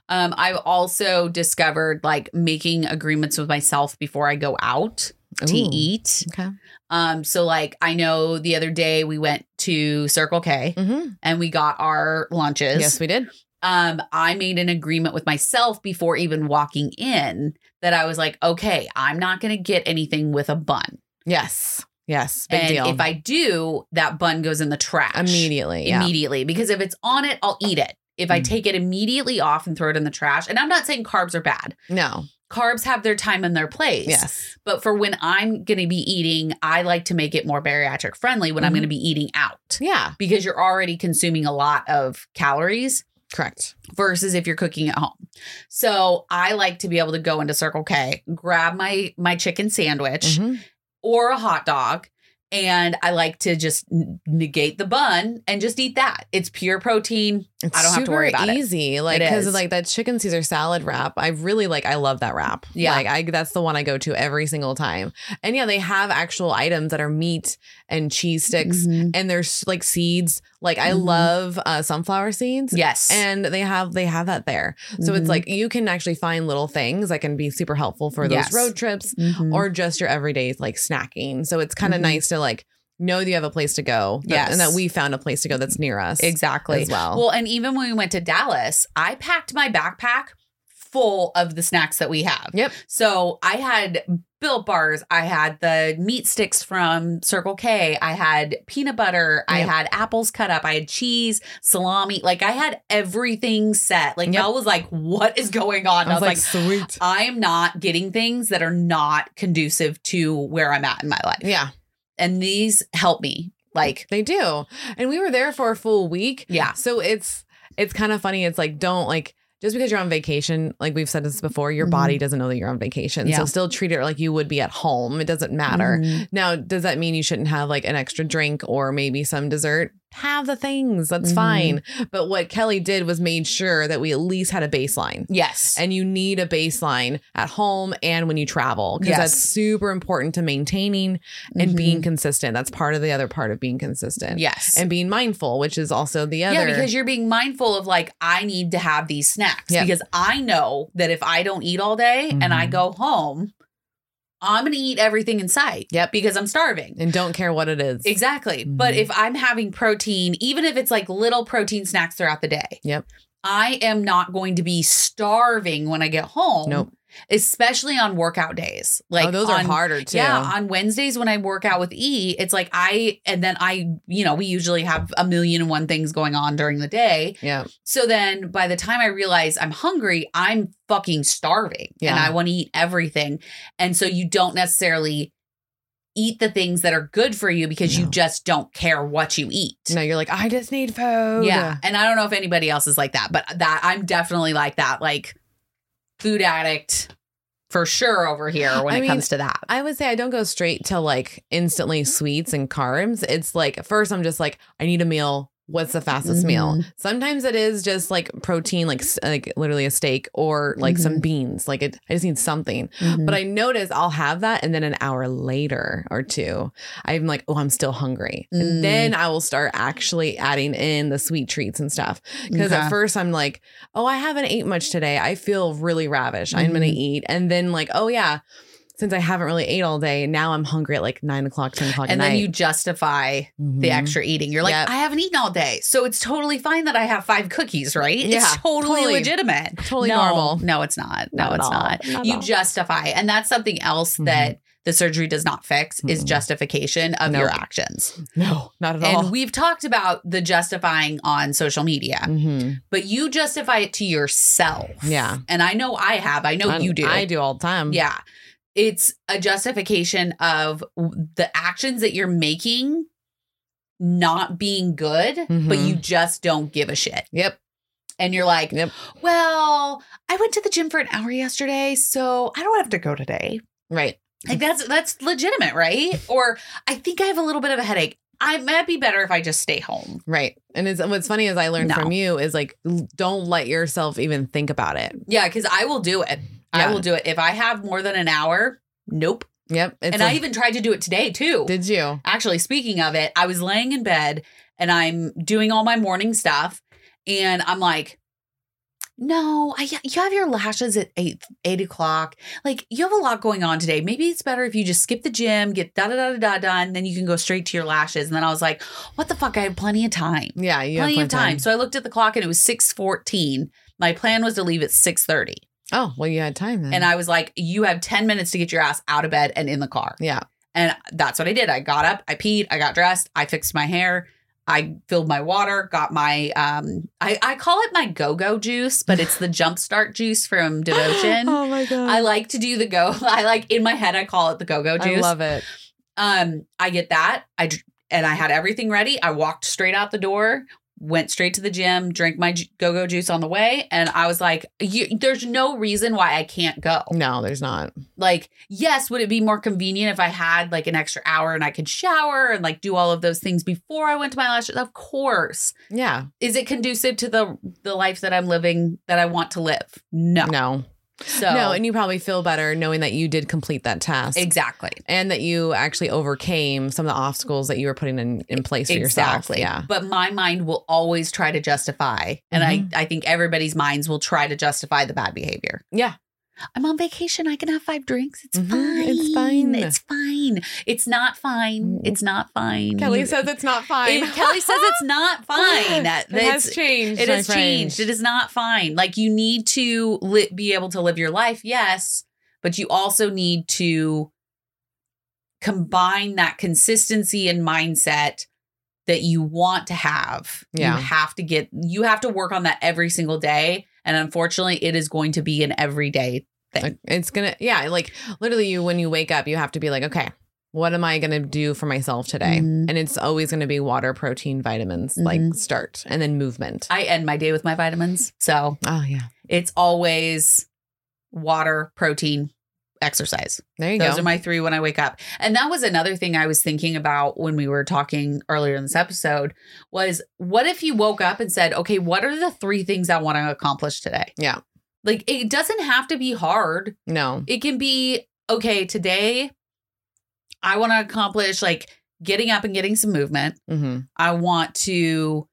Speaker 3: um i've also discovered like making agreements with myself before i go out to
Speaker 2: Ooh.
Speaker 3: eat
Speaker 2: Okay.
Speaker 3: um so like i know the other day we went to circle k
Speaker 2: hmm
Speaker 3: and we got our lunches
Speaker 2: Yes, we did.
Speaker 3: um, I made an agreement with myself before even walking in that I was like, okay, I'm not going to get anything with a bun.
Speaker 2: Yes, yes, big
Speaker 3: and
Speaker 2: deal.
Speaker 3: if I do, that bun goes in the trash
Speaker 2: immediately, yeah,
Speaker 3: Immediately. Because if it's on it, I'll eat it. If I
Speaker 2: Mm.
Speaker 3: take it immediately off and throw it in the trash, and I'm not saying carbs are bad.
Speaker 2: no,
Speaker 3: Carbs have their time and their place.
Speaker 2: yes,
Speaker 3: But for when I'm going to be eating, I like to make it more bariatric friendly when I'm
Speaker 2: Mhm.
Speaker 3: going to be eating out
Speaker 2: yeah,
Speaker 3: because you're already consuming a lot of calories
Speaker 2: correct.
Speaker 3: versus if you're cooking at home. So I like to be able to go into Circle K, grab my my chicken sandwich
Speaker 2: Mhm.
Speaker 3: or a hot dog, and I like to just n- negate the bun and just eat that. It's pure protein.
Speaker 2: It's
Speaker 3: I don't have to worry
Speaker 2: super
Speaker 3: about it.
Speaker 2: easy, like
Speaker 3: It
Speaker 2: because
Speaker 3: is.
Speaker 2: like that chicken Caesar salad wrap. I really like. I love that wrap.
Speaker 3: Yeah.
Speaker 2: like I that's the one I go to every single time. And yeah, they have actual items that are meat and cheese sticks,
Speaker 3: Mm-hmm.
Speaker 2: and there's like seeds. Like I
Speaker 3: Mhm.
Speaker 2: love uh, sunflower seeds,
Speaker 3: Yes. Mm-hmm.
Speaker 2: and they have they have that there. So it's like you can actually find little things that can be super helpful for those
Speaker 3: Yes.
Speaker 2: road trips
Speaker 3: Mhm.
Speaker 2: or just your everyday like snacking. So it's kind of
Speaker 3: Mhm.
Speaker 2: nice to like know you have a place to go. that-
Speaker 3: Yes.
Speaker 2: And that we found a place to go that's near us.
Speaker 3: Exactly.
Speaker 2: As well.
Speaker 3: Well, and even when we went to Dallas, I packed my backpack full of the snacks that we have.
Speaker 2: Yep.
Speaker 3: So I had built bars, I had the meat sticks from Circle K, I had peanut butter, I
Speaker 2: Yep.
Speaker 3: had apples cut up, I had cheese, salami. Like I had everything set. Like
Speaker 2: Yep.
Speaker 3: Mel was like, what is going on? And I was, like,
Speaker 2: sweet.
Speaker 3: I am not getting things that are not conducive to where I'm at in my life.
Speaker 2: Yeah,
Speaker 3: And these help me. Like,
Speaker 2: they do. And we were there for a full week.
Speaker 3: yeah.
Speaker 2: So it's it's kind of funny. It's like don't like just because you're on vacation, like we've said this before, your
Speaker 3: Mhm.
Speaker 2: body doesn't know that you're on vacation.
Speaker 3: Yeah. Mm-hmm.
Speaker 2: So still treat it like you would be at home. It doesn't matter. Now, does that mean you shouldn't have like an extra drink or maybe some dessert? Have the things. That's
Speaker 3: Mhm.
Speaker 2: fine. But what Kelly did was made sure that we at least had a baseline.
Speaker 3: Yes.
Speaker 2: And you need a baseline at home and when you travel because
Speaker 3: Yes.
Speaker 2: that's super important to maintaining and mm-hmm.
Speaker 3: Mhm.
Speaker 2: being consistent. That's part of the other part of being consistent.
Speaker 3: Yes.
Speaker 2: And being mindful, which is also the
Speaker 3: Yeah,
Speaker 2: other.
Speaker 3: because you're being mindful of like, I need to have these snacks
Speaker 2: Yeah.
Speaker 3: because I know that if I don't eat all day and I
Speaker 2: Mhm.
Speaker 3: go home, I'm going to eat everything in sight.
Speaker 2: Yep.
Speaker 3: Because I'm starving.
Speaker 2: and don't care what it is.
Speaker 3: Exactly. But
Speaker 2: Mhm.
Speaker 3: if I'm having protein, even if it's like little protein snacks throughout the day,
Speaker 2: Yep.
Speaker 3: I am not going to be starving when I get home.
Speaker 2: Nope.
Speaker 3: Especially on workout days. Like
Speaker 2: oh, those are
Speaker 3: on-
Speaker 2: harder too.
Speaker 3: yeah, on Wednesdays when I work out with E, it's like I and then I, you know, we usually have a million and one things going on during the day.
Speaker 2: yeah.
Speaker 3: So then by the time I realize I'm hungry, I'm fucking starving and
Speaker 2: Yeah.
Speaker 3: I want to eat everything. And so you don't necessarily eat the things that are good for you because you
Speaker 2: No.
Speaker 3: just don't care what you eat.
Speaker 2: No, you're like, I just need food.
Speaker 3: Yeah. And I don't know if anybody else is like that, but that I'm definitely like that, like food addict for sure over here when
Speaker 2: I
Speaker 3: it
Speaker 2: mean,
Speaker 3: comes to that.
Speaker 2: I would say I don't go straight to like instantly sweets and carbs. It's like first I'm just like I need a meal. What's the fastest meal?
Speaker 3: Mm-hmm.
Speaker 2: Sometimes it is just like protein, like s- like literally a steak or like
Speaker 3: Mm-hmm.
Speaker 2: some beans. Like it, I just need something. But I notice I'll have that, and then an hour later or two, I'm like, oh, I'm still hungry,
Speaker 3: Mm.
Speaker 2: and then I will start actually adding in the sweet treats and stuff. Because
Speaker 3: Okay.
Speaker 2: at first I'm like, oh, I haven't ate much today. I feel really ravish. I'm going to
Speaker 3: Mhm.
Speaker 2: eat. And then, like, oh, yeah, since I haven't really ate all day, now I'm hungry at like nine o'clock, 10 o'clock
Speaker 3: and
Speaker 2: at
Speaker 3: then
Speaker 2: night. Mm-hmm.
Speaker 3: you justify the extra eating. You're like,
Speaker 2: Yep.
Speaker 3: I haven't eaten all day. So it's totally fine that I have five cookies, right?
Speaker 2: Yeah,
Speaker 3: it's totally,
Speaker 2: totally.
Speaker 3: legitimate.
Speaker 2: Totally
Speaker 3: no,
Speaker 2: normal.
Speaker 3: No, it's not. No,
Speaker 2: Not at
Speaker 3: it's
Speaker 2: all.
Speaker 3: not.
Speaker 2: Not at
Speaker 3: you
Speaker 2: all.
Speaker 3: justify. And that's something else
Speaker 2: Mhm.
Speaker 3: that the surgery does not fix is
Speaker 2: Mm-mm.
Speaker 3: justification of your
Speaker 2: Nope.
Speaker 3: actions.
Speaker 2: No, not at
Speaker 3: And
Speaker 2: all.
Speaker 3: we've talked about the justifying on social media,
Speaker 2: Mhm.
Speaker 3: but you justify it to yourself.
Speaker 2: Yeah.
Speaker 3: And I know I have. I know
Speaker 2: And
Speaker 3: you do.
Speaker 2: I do all the time.
Speaker 3: Yeah. It's a justification of w- the actions that you're making not being good, but
Speaker 2: Mhm.
Speaker 3: you just don't give a shit.
Speaker 2: Yep.
Speaker 3: And you're like,
Speaker 2: Yep.
Speaker 3: well, I went to the gym for an hour yesterday, so I don't have to go today.
Speaker 2: Right.
Speaker 3: Like that's that's legitimate, right? Or I think I have a little bit of a headache. I might be better if I just stay home.
Speaker 2: Right. And it's, what's funny is I learned
Speaker 3: No.
Speaker 2: from you is like, l- don't let yourself even think about it.
Speaker 3: Yeah, because I will do it. I
Speaker 2: Yeah.
Speaker 3: will do it. If I have more than an hour, nope.
Speaker 2: Yep. It's
Speaker 3: and
Speaker 2: I
Speaker 3: I even tried to do it today too.
Speaker 2: did you?
Speaker 3: Actually, speaking of it, I was laying in bed and I'm doing all my morning stuff, and I'm like, "No, I, you have your lashes at eight eight o'clock. Like you have a lot going on today. Maybe it's better if you just skip the gym, get da da da da da done, then you can go straight to your lashes." And then I was like, "What the fuck? I had plenty of time,
Speaker 2: Yeah. You
Speaker 3: plenty
Speaker 2: have
Speaker 3: of time." So I looked at the clock and it was six fourteen. My plan was to leave at six thirty,
Speaker 2: Oh, well, you had time then.
Speaker 3: and I was like, "You have ten minutes to get your ass out of bed and in the car."
Speaker 2: yeah.
Speaker 3: And that's what I did. I got up, I peed, I got dressed, I fixed my hair, I filled my water, got my um I, I call it my go-go juice, but it's the jumpstart juice from Devotion.
Speaker 2: oh my God.
Speaker 3: I like to do the go. I like in my head I call it the go-go juice.
Speaker 2: I love it.
Speaker 3: um I get that. I dr- and I had everything ready. I walked straight out the door, went straight to the gym, drank my ju- go-go juice on the way, and I was like, you, there's no reason why I can't go.
Speaker 2: No, there's not.
Speaker 3: like yes would it be more convenient if i had like an extra hour and i could shower and like do all of those things before i went to my lashes of course
Speaker 2: Yeah.
Speaker 3: is it conducive to the the life that i'm living that i want to live no,
Speaker 2: No.
Speaker 3: so
Speaker 2: No, and you probably feel better knowing that you did complete that task.
Speaker 3: exactly
Speaker 2: and that you actually overcame some of the obstacles that you were putting in, in place for yourself.
Speaker 3: exactly
Speaker 2: Yeah.
Speaker 3: but my mind will always
Speaker 2: Mm-hmm.
Speaker 3: try to justify and i i think everybody's minds will try to justify the bad behavior
Speaker 2: Yeah.
Speaker 3: I'm on vacation. I can have five drinks. It's
Speaker 2: Mhm.
Speaker 3: fine.
Speaker 2: It's fine.
Speaker 3: It's fine. It's not fine. It's not fine.
Speaker 2: Kelly
Speaker 3: You-
Speaker 2: says it's not fine.
Speaker 3: If Kelly says it's not fine. That,
Speaker 2: it has
Speaker 3: it's-
Speaker 2: changed.
Speaker 3: it
Speaker 2: my
Speaker 3: has
Speaker 2: friend.
Speaker 3: changed. It is not fine. Like you need to li- be able to live your life, yes, but you also need to combine that consistency and mindset that you want to have.
Speaker 2: Yeah.
Speaker 3: You have to get you have to work on that every single day, and unfortunately, it is going to be an everyday.
Speaker 2: Like, It's gonna, yeah, like literally, you when you wake up, you have to be like, okay, what am I gonna do for myself today?
Speaker 3: Mhm.
Speaker 2: And it's always gonna be water, protein, vitamins, like
Speaker 3: Mhm.
Speaker 2: start, and then movement.
Speaker 3: I end my day with my vitamins. So,
Speaker 2: oh yeah,
Speaker 3: it's always water, protein, exercise.
Speaker 2: there you
Speaker 3: Those
Speaker 2: go.
Speaker 3: are my three when I wake up. And that was another thing I was thinking about when we were talking earlier in this episode was what if you woke up and said, okay, what are the three things I want to accomplish today?
Speaker 2: Yeah.
Speaker 3: Like it doesn't have to be hard.
Speaker 2: no,
Speaker 3: It can be, okay, today I want to accomplish like getting up and getting some movement.
Speaker 2: hmm
Speaker 3: I want to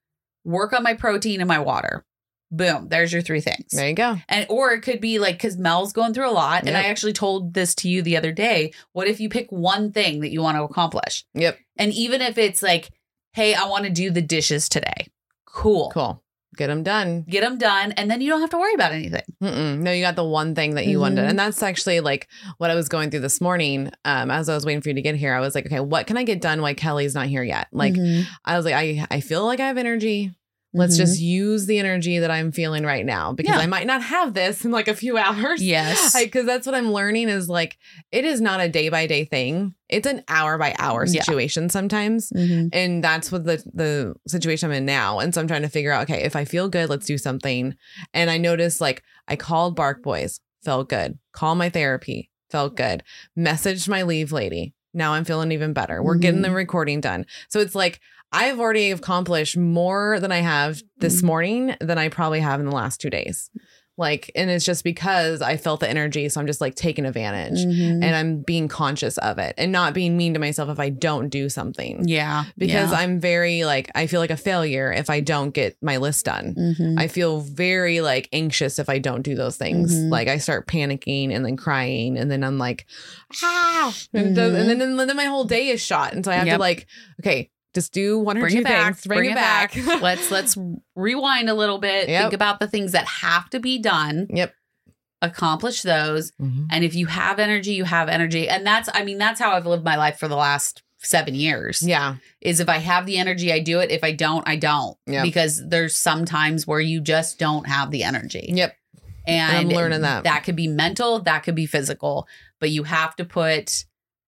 Speaker 3: work on my protein and my water. Boom, there's your three things
Speaker 2: there you go.
Speaker 3: and or it could be like because mel's going through a lot and i
Speaker 2: Yep.
Speaker 3: actually told this to you the other day what if you pick one thing that you want to accomplish
Speaker 2: Yep.
Speaker 3: and even if it's like hey i want to do the dishes today cool,
Speaker 2: Cool. Get them done.
Speaker 3: get them done and then you don't have to worry about anything
Speaker 2: Mm-mm. No, you got the one thing that you wanted.
Speaker 3: Mhm.
Speaker 2: And that's actually like what I was going through this morning. Um, as I was waiting for you to get here, I was like, okay, what can I get done while Kelly's not here yet? Like,
Speaker 3: Mm-hmm.
Speaker 2: I was like, I, I feel like I have energy. Let's just use the energy that I'm feeling right now because
Speaker 3: Mm-hmm. Yeah.
Speaker 2: I might not have this in like a few hours.
Speaker 3: yes
Speaker 2: Because that's what I'm learning is like, it is not a day by day thing, it's an hour by hour
Speaker 3: Yeah.
Speaker 2: situation sometimes.
Speaker 3: Mhm.
Speaker 2: And that's what the the situation I'm in now. And so I'm trying to figure out, okay, if I feel good, let's do something. And I noticed like I called Bark Boys, felt good. Call my therapy, felt good. Messaged my leave lady. Now I'm feeling even better. We're getting the recording done. So it's like I've already accomplished more than I have this
Speaker 3: Mhm.
Speaker 2: morning than I probably have in the last two days. Like, and it's just because I felt the energy. So I'm just like taking advantage
Speaker 3: Mhm.
Speaker 2: and I'm being conscious of it and not being mean to myself if I don't do something
Speaker 3: yeah
Speaker 2: because
Speaker 3: yeah.
Speaker 2: I'm very like I feel like a failure if I don't get my list done.
Speaker 3: Mhm.
Speaker 2: I feel very like anxious if I don't do those things.
Speaker 3: Mhm.
Speaker 2: Like I start panicking and then crying and then I'm like, ah, and, it does- and then and then my whole day is shot. And so I have
Speaker 3: Mm-hmm.
Speaker 2: to
Speaker 3: Yep.
Speaker 2: like, okay, just do one or
Speaker 3: bring
Speaker 2: two
Speaker 3: it back
Speaker 2: things. Bring, it back.
Speaker 3: let's let's rewind a little bit
Speaker 2: Yep.
Speaker 3: think about the things that have to be done
Speaker 2: Yep.
Speaker 3: accomplish those
Speaker 2: Mhm.
Speaker 3: And if you have energy, you have energy. And that's, I mean, that's how I've lived my life for the last seven years
Speaker 2: Yeah.
Speaker 3: is if I have the energy, I do it. If I don't, I don't.
Speaker 2: Yeah.
Speaker 3: Because there's some times where you just don't have the energy.
Speaker 2: Yep.
Speaker 3: And
Speaker 2: I'm learning that.
Speaker 3: That could be mental, that could be physical, but you have to put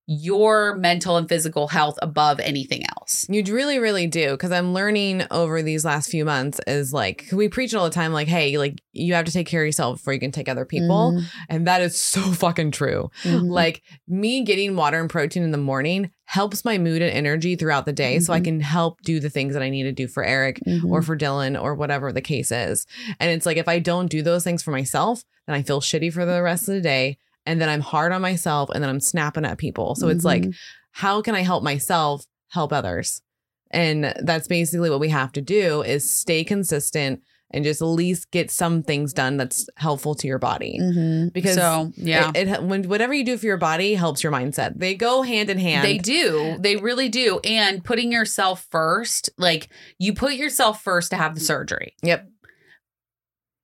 Speaker 3: your mental and physical health above anything else.
Speaker 2: You really, really do. Because I'm learning over these last few months is like, we preach it all the time, like, hey, like, you have to take care of yourself before you can take other people.
Speaker 3: Mm-hmm.
Speaker 2: And that is so fucking true. Like me getting water and protein in the morning helps my mood and energy throughout the day so I
Speaker 3: Mhm.
Speaker 2: can help do the things that I need to do for Eric or for Dylan or whatever the case is. And it's like if I don't do those things for myself, then I feel shitty for the rest of the day and then I'm hard on myself and then I'm snapping at people. So it's
Speaker 3: Mm-hmm.
Speaker 2: like how can I help myself help others? And that's basically what we have to do is stay consistent and just at least get some things done that's helpful to your body. Because
Speaker 3: so, yeah.
Speaker 2: it, it when whatever you do for your body helps your mindset. They go hand in hand.
Speaker 3: They do. They really do. And putting yourself first, like you put yourself first to have the surgery.
Speaker 2: Yep.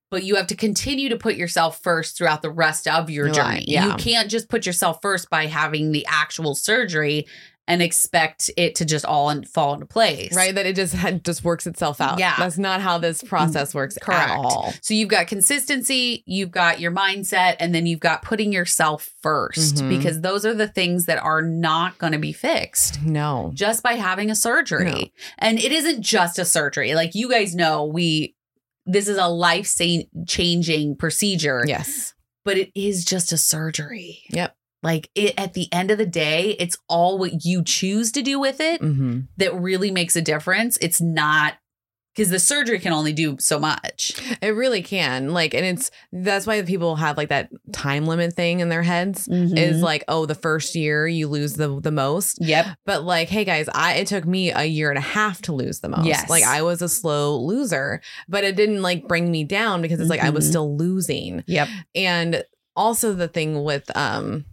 Speaker 3: But you have to continue to put yourself first throughout the rest of your
Speaker 2: Right,
Speaker 3: journey.
Speaker 2: yeah.
Speaker 3: You can't just put yourself first by having the actual surgery and expect it to just all in, fall into place.
Speaker 2: Right, that it just it just works itself out.
Speaker 3: Yeah.
Speaker 2: that's not how this process works
Speaker 3: Correct.
Speaker 2: at all.
Speaker 3: So you've got consistency, you've got your mindset, and then you've got putting yourself 1st
Speaker 2: Mhm.
Speaker 3: because those are the things that are not going to be fixed.
Speaker 2: No,
Speaker 3: just by having a surgery.
Speaker 2: No.
Speaker 3: And it isn't just a surgery. Like you guys know, we this is a life sa- changing procedure,
Speaker 2: yes,
Speaker 3: but it is just a surgery.
Speaker 2: Yep.
Speaker 3: Like it at the end of the day, it's all what you choose to do with it
Speaker 2: hmm
Speaker 3: that really makes a difference. It's not because the surgery can only do so much.
Speaker 2: it really can. Like, and it's that's why people have like that time limit thing in their heads.
Speaker 3: Mm-hmm.
Speaker 2: Is like, oh, the first year you lose the the most,
Speaker 3: yep.
Speaker 2: But like, hey guys, I it took me a year and a half to lose the most.
Speaker 3: Yes.
Speaker 2: Like I was a slow loser, but it didn't like bring me down because it's like I was
Speaker 3: Mhm.
Speaker 2: still losing.
Speaker 3: Yep.
Speaker 2: And also the thing with um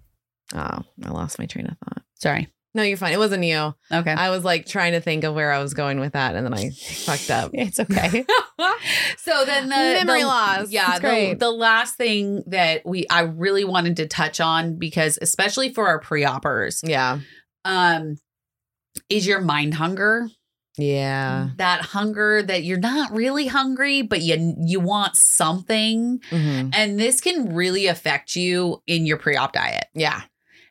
Speaker 2: oh, I lost my train of thought.
Speaker 3: Sorry.
Speaker 2: No, you're fine. It wasn't you.
Speaker 3: Okay.
Speaker 2: I was like trying to think of where I was going with that and then I fucked up.
Speaker 3: It's okay. so then the
Speaker 2: Memory
Speaker 3: the-
Speaker 2: loss.
Speaker 3: Yeah,
Speaker 2: It's great.
Speaker 3: the, the last thing that we I really wanted to touch on because especially for our pre-oppers,
Speaker 2: Yeah.
Speaker 3: um, is your mind hunger.
Speaker 2: Yeah.
Speaker 3: That hunger that you're not really hungry, but you you want something,
Speaker 2: Mhm.
Speaker 3: and this can really affect you in your pre-op diet.
Speaker 2: Yeah.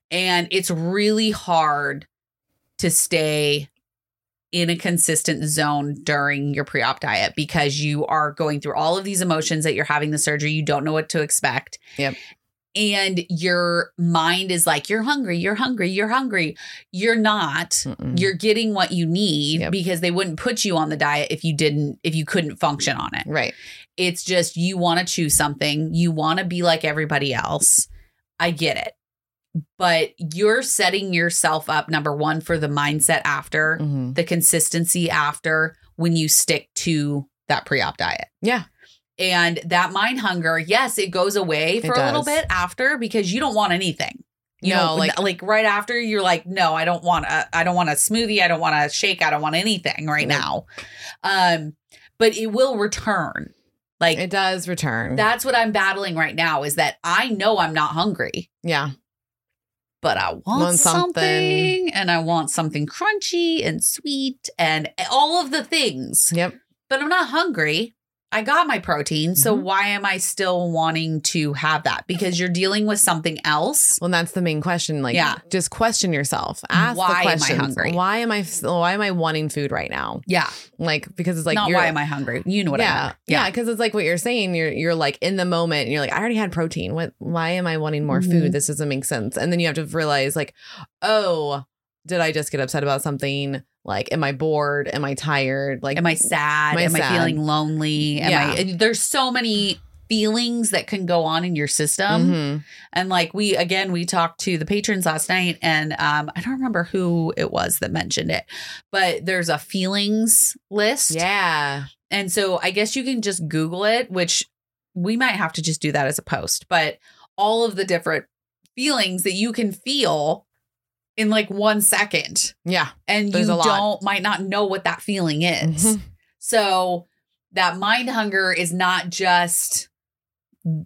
Speaker 3: and it's really hard to stay in a consistent zone during your pre-op diet because you are going through all of these emotions that you're having the surgery you don't know what to expect
Speaker 2: Yep.
Speaker 3: and your mind is like you're hungry you're hungry you're hungry you're not
Speaker 2: Mm-mm.
Speaker 3: you're getting what you need
Speaker 2: Mm-hmm. Yep.
Speaker 3: because they wouldn't put you on the diet if you didn't if you couldn't function on it
Speaker 2: right.
Speaker 3: it's just you want to choose something, you want to be like everybody else. I get it. But you're setting yourself up, number one, for the mindset after,
Speaker 2: Mhm.
Speaker 3: the consistency after when you stick to that pre op diet.
Speaker 2: Yeah.
Speaker 3: And that mind hunger, yes, it goes away for a little
Speaker 2: does.
Speaker 3: bit after because you don't want anything. You
Speaker 2: No,
Speaker 3: know,
Speaker 2: like-
Speaker 3: like like right after you're like, no, I don't want a, I don't want a smoothie, I don't want a shake, I don't want anything right
Speaker 2: Nope.
Speaker 3: now. Um, but it will return. Like
Speaker 2: It does return.
Speaker 3: that's what I'm battling right now is that I know I'm not hungry,
Speaker 2: yeah.
Speaker 3: but I want,
Speaker 2: Want something.
Speaker 3: something. and I want something crunchy and sweet and all of the things.
Speaker 2: Yep.
Speaker 3: But I'm not hungry. I got my protein, so
Speaker 2: Mhm.
Speaker 3: why am I still wanting to have that? Because you're dealing with something else.
Speaker 2: Well, that's the main question. Like,
Speaker 3: Yeah.
Speaker 2: just question yourself. Ask
Speaker 3: Why am I
Speaker 2: the question.
Speaker 3: hungry?
Speaker 2: Why am I? Why am I wanting food right now?
Speaker 3: Yeah,
Speaker 2: Like, because it's like
Speaker 3: not
Speaker 2: you're,
Speaker 3: why am I hungry? You know what I
Speaker 2: yeah,
Speaker 3: mean?
Speaker 2: yeah, because it's like what you're saying. You're you're like in the moment. And you're like, I already had protein. What? Why am I wanting more food?
Speaker 3: Mhm.
Speaker 2: This doesn't make sense. And then you have to realize, like, oh, did I just get upset about something? Like, am I bored? Am I tired? Like,
Speaker 3: Am I sad?
Speaker 2: Am I
Speaker 3: Am I
Speaker 2: sad?
Speaker 3: feeling lonely? Am
Speaker 2: Yeah.
Speaker 3: I? and There's so many feelings that can go on in your system.
Speaker 2: Mhm.
Speaker 3: And like we again, we talked to the patrons last night, and um, I don't remember who it was that mentioned it, but there's a feelings list,
Speaker 2: Yeah.
Speaker 3: and so I guess you can just Google it, which we might have to just do that as a post. But all of the different feelings that you can feel in like one second,
Speaker 2: Yeah.
Speaker 3: and
Speaker 2: There's
Speaker 3: you
Speaker 2: a lot.
Speaker 3: don't might not know what that feeling is.
Speaker 2: Mhm.
Speaker 3: So that mind hunger is not just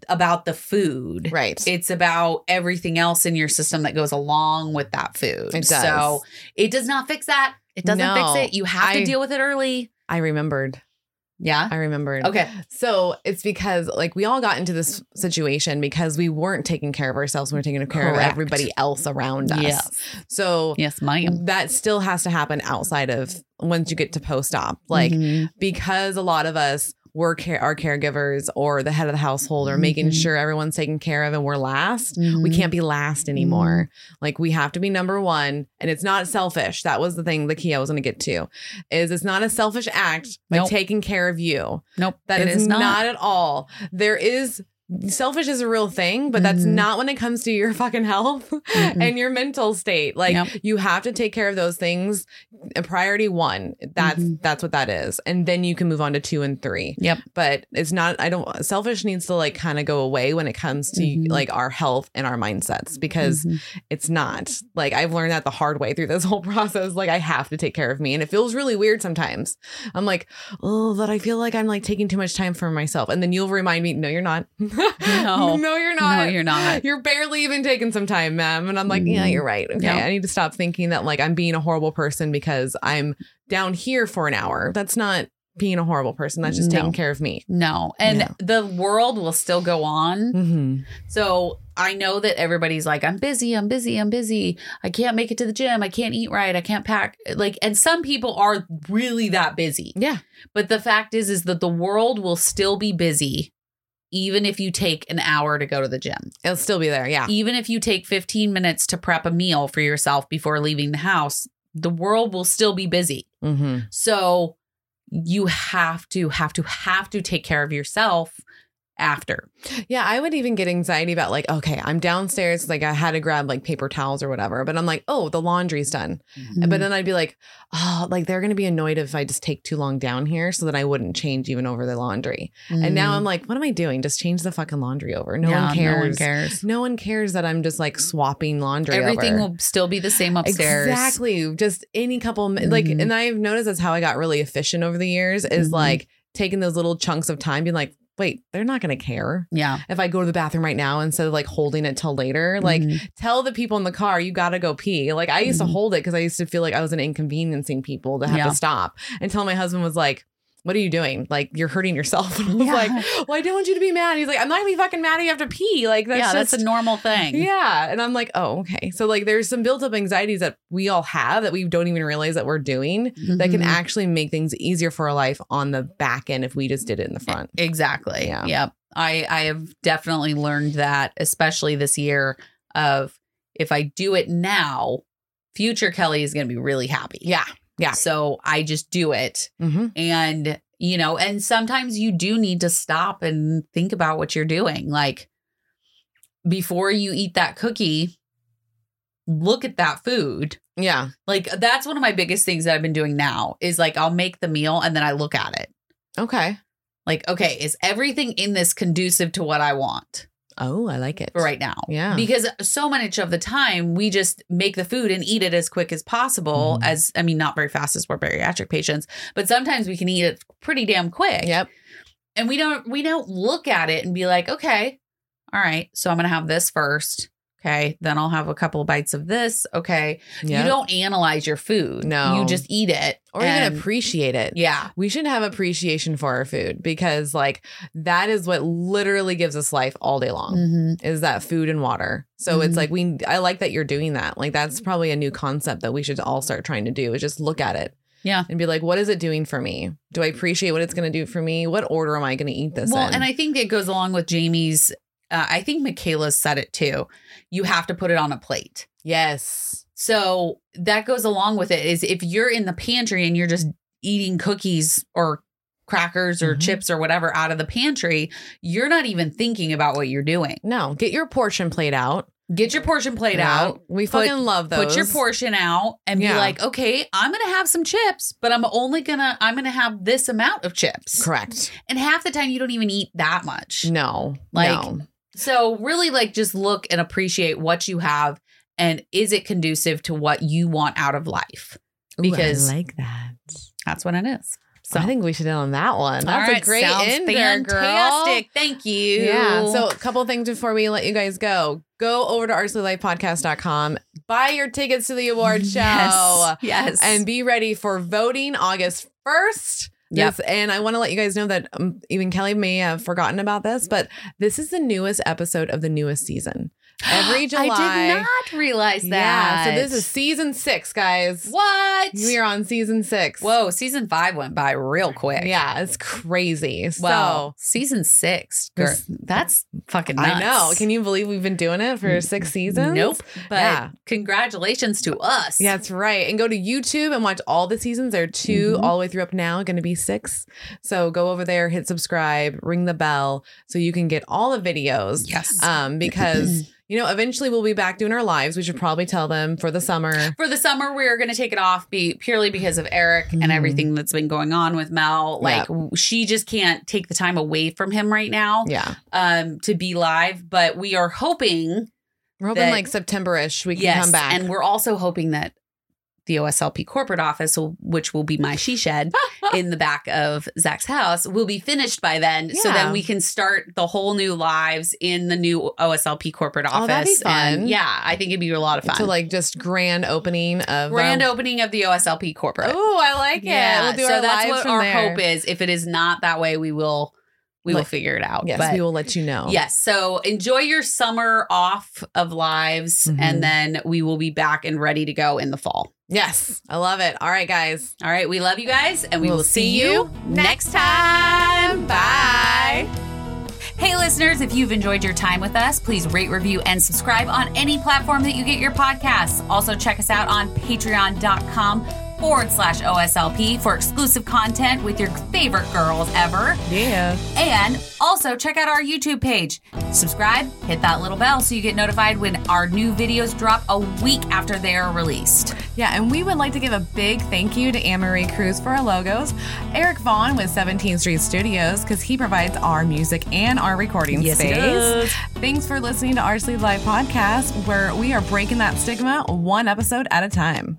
Speaker 3: about the food,
Speaker 2: Right.
Speaker 3: it's about everything else in your system that goes along with that food.
Speaker 2: It does.
Speaker 3: So it does not fix that. It doesn't
Speaker 2: No.
Speaker 3: fix it. You have
Speaker 2: I-
Speaker 3: to deal with it early.
Speaker 2: I remembered.
Speaker 3: Yeah.
Speaker 2: I remembered.
Speaker 3: Okay.
Speaker 2: So it's because like we all got into this situation because we weren't taking care of ourselves. We were taking care of
Speaker 3: Correct.
Speaker 2: everybody else around us. So
Speaker 3: Yes, ma'am.
Speaker 2: that still has to happen outside of once you get to post op. Like
Speaker 3: Mhm.
Speaker 2: because a lot of us were care our caregivers or the head of the household or making
Speaker 3: Mhm.
Speaker 2: sure everyone's taken care of and we're last. We
Speaker 3: Mhm.
Speaker 2: can't be last anymore.
Speaker 3: Mm-hmm.
Speaker 2: Like we have to be number one. And it's not selfish. That was the thing, the key I was gonna get to is it's not a selfish act by
Speaker 3: Nope.
Speaker 2: taking care of you.
Speaker 3: Nope.
Speaker 2: That is
Speaker 3: it
Speaker 2: not. at all. There is selfish is a real thing, but that's
Speaker 3: Mhm.
Speaker 2: not when it comes to your fucking health
Speaker 3: Mhm.
Speaker 2: and your mental state. Like
Speaker 3: Yep.
Speaker 2: you have to take care of those things. Uh, Priority one. That's
Speaker 3: Mhm.
Speaker 2: that's what that is. And then you can move on to two and three.
Speaker 3: Yep.
Speaker 2: But it's not I don't selfish needs to like kind of go away when it comes to
Speaker 3: Mhm.
Speaker 2: like our health and our mindsets because
Speaker 3: Mhm.
Speaker 2: it's not. Like I've learned that the hard way through this whole process. Like I have to take care of me. And it feels really weird sometimes. I'm like, oh, but I feel like I'm like taking too much time for myself. And then you'll remind me, no, you're not.
Speaker 3: No.
Speaker 2: no, you're
Speaker 3: No,
Speaker 2: not.
Speaker 3: you're not.
Speaker 2: You're barely even taking some time, ma'am. And I'm like, yeah,
Speaker 3: Mhm.
Speaker 2: you're right. Okay.
Speaker 3: Yeah.
Speaker 2: I need to stop thinking that like I'm being a horrible person because I'm down here for an hour. That's not being a horrible person. That's just
Speaker 3: No.
Speaker 2: taking care of me.
Speaker 3: No. And
Speaker 2: No.
Speaker 3: the world will still go on.
Speaker 2: Mm-hmm.
Speaker 3: So I know that everybody's like, I'm busy, I'm busy, I'm busy. I can't make it to the gym. I can't eat right. I can't pack. Like, and some people are really that busy.
Speaker 2: Yeah.
Speaker 3: But the fact is, is that the world will still be busy, even if you take an hour to go to the gym,
Speaker 2: It'll still be there. Yeah.
Speaker 3: even if you take 15 minutes to prep a meal for yourself before leaving the house, the world will still be busy.
Speaker 2: Mm-hmm.
Speaker 3: So you have to, have to, have to take care of yourself after.
Speaker 2: Yeah, I would even get anxiety about like, okay, I'm downstairs, like I had to grab like paper towels or whatever, but I'm like, oh, the laundry's done.
Speaker 3: Mm-hmm.
Speaker 2: But uh, then I'd be like, oh, like they're gonna be annoyed if I just take too long down here, so that I wouldn't change even over the laundry. And now I'm like, what am I doing? Just change the fucking laundry over. No one cares.
Speaker 3: Mm. Mm-hmm. No one cares.
Speaker 2: No one cares that I'm just like swapping laundry.
Speaker 3: Everything
Speaker 2: over.
Speaker 3: will still be the same upstairs.
Speaker 2: Exactly. Just any couple mi- like
Speaker 3: Mhm.
Speaker 2: and I've noticed that's how I got really efficient over the years is
Speaker 3: Mhm.
Speaker 2: like taking those little chunks of time being like, wait, they're not going to care
Speaker 3: Yeah.
Speaker 2: if I go to the bathroom right now instead of like holding it till later. Like
Speaker 3: Mhm.
Speaker 2: tell the people in the car you got to go pee. Like I used
Speaker 3: Mhm.
Speaker 2: to hold it cuz I used to feel like I was an inconveniencing people to have
Speaker 3: Yeah.
Speaker 2: to stop until my husband was like what are you doing? Like you're hurting yourself. And I was
Speaker 3: Yeah.
Speaker 2: like, well, I don't want you to be mad. He's like, I'm not gonna be fucking mad. if You have to pee. Like that's
Speaker 3: yeah,
Speaker 2: just
Speaker 3: that's a normal thing.
Speaker 2: yeah. And I'm like, oh, okay. So, like, there's some built up anxieties that we all have that we don't even realize that we're doing that can
Speaker 3: Mhm.
Speaker 2: actually make things easier for our life on the back end if we just did it in the
Speaker 3: Eh,
Speaker 2: front.
Speaker 3: Exactly.
Speaker 2: Yeah.
Speaker 3: Yep. I I have definitely learned that, especially this year, of if I do it now, future Kelly is gonna be really happy.
Speaker 2: Yeah. yeah.
Speaker 3: So I just do it.
Speaker 2: Mm-hmm.
Speaker 3: And, you know, and sometimes you do need to stop and think about what you're doing. Like before you eat that cookie, look at that food.
Speaker 2: Yeah.
Speaker 3: Like that's one of my biggest things that I've been doing now is like I'll make the meal and then I look at it.
Speaker 2: Okay.
Speaker 3: Like, okay, is everything in this conducive to what I want
Speaker 2: Oh, I like it.
Speaker 3: for right now?
Speaker 2: Yeah.
Speaker 3: Because so much of the time we just make the food and eat it as quick as possible.
Speaker 2: Mhm.
Speaker 3: As I mean, not very fast as we're bariatric patients, but sometimes we can eat it pretty damn quick.
Speaker 2: Yep.
Speaker 3: And we don't we don't look at it and be like, okay, all right, so I'm gonna have this first. Okay, then I'll have a couple bites of this. Okay.
Speaker 2: Yeah.
Speaker 3: You don't analyze your food.
Speaker 2: No.
Speaker 3: You just eat it.
Speaker 2: or
Speaker 3: and-
Speaker 2: even appreciate it.
Speaker 3: Yeah.
Speaker 2: We should have appreciation for our food because, like, that is what literally gives us life all day long.
Speaker 3: Mm-hmm.
Speaker 2: is that food and water. So
Speaker 3: Mhm.
Speaker 2: it's like we I like that you're doing that. Like that's probably a new concept that we should all start trying to do is just look at it.
Speaker 3: Yeah.
Speaker 2: And be like, what is it doing for me? Do I appreciate what it's gonna do for me? What order am I gonna eat this
Speaker 3: well
Speaker 2: in?
Speaker 3: and i think it goes along with jamie's uh, i think michaela said it too you have to put it on a plate
Speaker 2: yes.
Speaker 3: so that goes along with it is if you're in the pantry and you're just eating cookies or crackers or
Speaker 2: Mhm.
Speaker 3: chips or whatever out of the pantry you're not even thinking about what you're doing
Speaker 2: No, get your portion plate out.
Speaker 3: get your portion plate
Speaker 2: Yeah.
Speaker 3: out
Speaker 2: We
Speaker 3: Put-
Speaker 2: fucking love those.
Speaker 3: put your portion out and be
Speaker 2: Yeah.
Speaker 3: like okay i'm gonna have some chips but i'm only gonna i'm gonna have this amount of chips
Speaker 2: correct.
Speaker 3: and half the time you don't even eat that much
Speaker 2: No.
Speaker 3: Like,
Speaker 2: no.
Speaker 3: So really like just look and appreciate what you have and is it conducive to what you want out of life?
Speaker 2: Ooh,
Speaker 3: because-
Speaker 2: I like that.
Speaker 3: That's what it is.
Speaker 2: So I think we should end on that one.
Speaker 3: All
Speaker 2: That's
Speaker 3: right,
Speaker 2: a great
Speaker 3: sounds
Speaker 2: end, there, girl.
Speaker 3: fantastic. Thank you.
Speaker 2: Yeah. So a couple things before we let you guys go. Go over to arslylifepodcast.com, buy your tickets to the award show,
Speaker 3: Yes. yes.
Speaker 2: and be ready for voting August 1st.
Speaker 3: Yep.
Speaker 2: Yes, and I want to let you guys know that um, even Kelly may have forgotten about this, but this is the newest episode of the newest season. Every July.
Speaker 3: I did not realize
Speaker 2: Yeah,
Speaker 3: that.
Speaker 2: so this is season six, guys.
Speaker 3: what?
Speaker 2: We are on season six.
Speaker 3: Whoa, season five went by real quick.
Speaker 2: Yeah, it's crazy.
Speaker 3: Wow.
Speaker 2: So
Speaker 3: season six. Girl,
Speaker 2: This-
Speaker 3: that's fucking nuts.
Speaker 2: I know. Can you believe we've been doing it for six seasons?
Speaker 3: Nope. But
Speaker 2: Yeah.
Speaker 3: congratulations to us.
Speaker 2: Yeah, that's right. And go to YouTube and watch all the seasons. There are 2
Speaker 3: Mhm.
Speaker 2: all the way through up now, going to be six. So go over there, hit subscribe, ring the bell so you can get all the videos.
Speaker 3: Yes.
Speaker 2: Um, because, you know, eventually we'll be back doing our lives. We should probably tell them for the summer.
Speaker 3: for the summer we are going to take it off be purely because of eric and
Speaker 2: Mhm.
Speaker 3: everything that's been going on with mel
Speaker 2: Yeah.
Speaker 3: like w- she just can't take the time away from him right now
Speaker 2: Yeah.
Speaker 3: um to be live but we are hoping
Speaker 2: We're hoping
Speaker 3: That-
Speaker 2: like September ish we can
Speaker 3: yes
Speaker 2: come back.
Speaker 3: and we're also hoping that the oslp corporate office will- which will be my she shed in the back of zach's house will be finished by then so
Speaker 2: Yeah.
Speaker 3: then we can start the whole new lives in the new oslp corporate office
Speaker 2: Oh, that'd be
Speaker 3: And
Speaker 2: fun.
Speaker 3: yeah i think it'd be a lot of fun
Speaker 2: So, like, just grand opening of. um,
Speaker 3: grand
Speaker 2: our-
Speaker 3: opening of the oslp corporate
Speaker 2: Oh, I like it.
Speaker 3: Yeah,
Speaker 2: we'll do
Speaker 3: so
Speaker 2: our
Speaker 3: that's
Speaker 2: lives
Speaker 3: what
Speaker 2: from
Speaker 3: our
Speaker 2: there.
Speaker 3: hope is. If it is not that way, we will we will
Speaker 2: Like-
Speaker 3: figure it out.
Speaker 2: Yes,
Speaker 3: But-
Speaker 2: we will let you know.
Speaker 3: Yes. So enjoy your summer off of lives,
Speaker 2: Mhm.
Speaker 3: and then we will be back and ready to go in the fall.
Speaker 2: Yes. I love it. All right, guys.
Speaker 3: All right. We love you guys, and we
Speaker 2: We'll
Speaker 3: will see,
Speaker 2: see
Speaker 3: you
Speaker 2: you
Speaker 3: next time. Bye.
Speaker 1: Hey, listeners, if you've enjoyed your time with us, please rate, review, and subscribe on any platform that you get your podcasts. Also, check us out on patreon.com
Speaker 3: forward slash OSLP for exclusive content with your favorite girls ever.
Speaker 2: Yeah.
Speaker 3: And also check out our YouTube page. Subscribe, hit that little bell so you get notified when our new videos drop a week after they are released.
Speaker 2: Yeah, and we would like to give a big thank you to Anne-Marie Cruz for our logos, Eric Vaughn with 17th Street Studios, because he provides our music and our recording
Speaker 4: Yes, he
Speaker 2: space.
Speaker 4: does.
Speaker 2: Thanks for listening to our Sleep Live podcast, where we are breaking that stigma one episode at a time.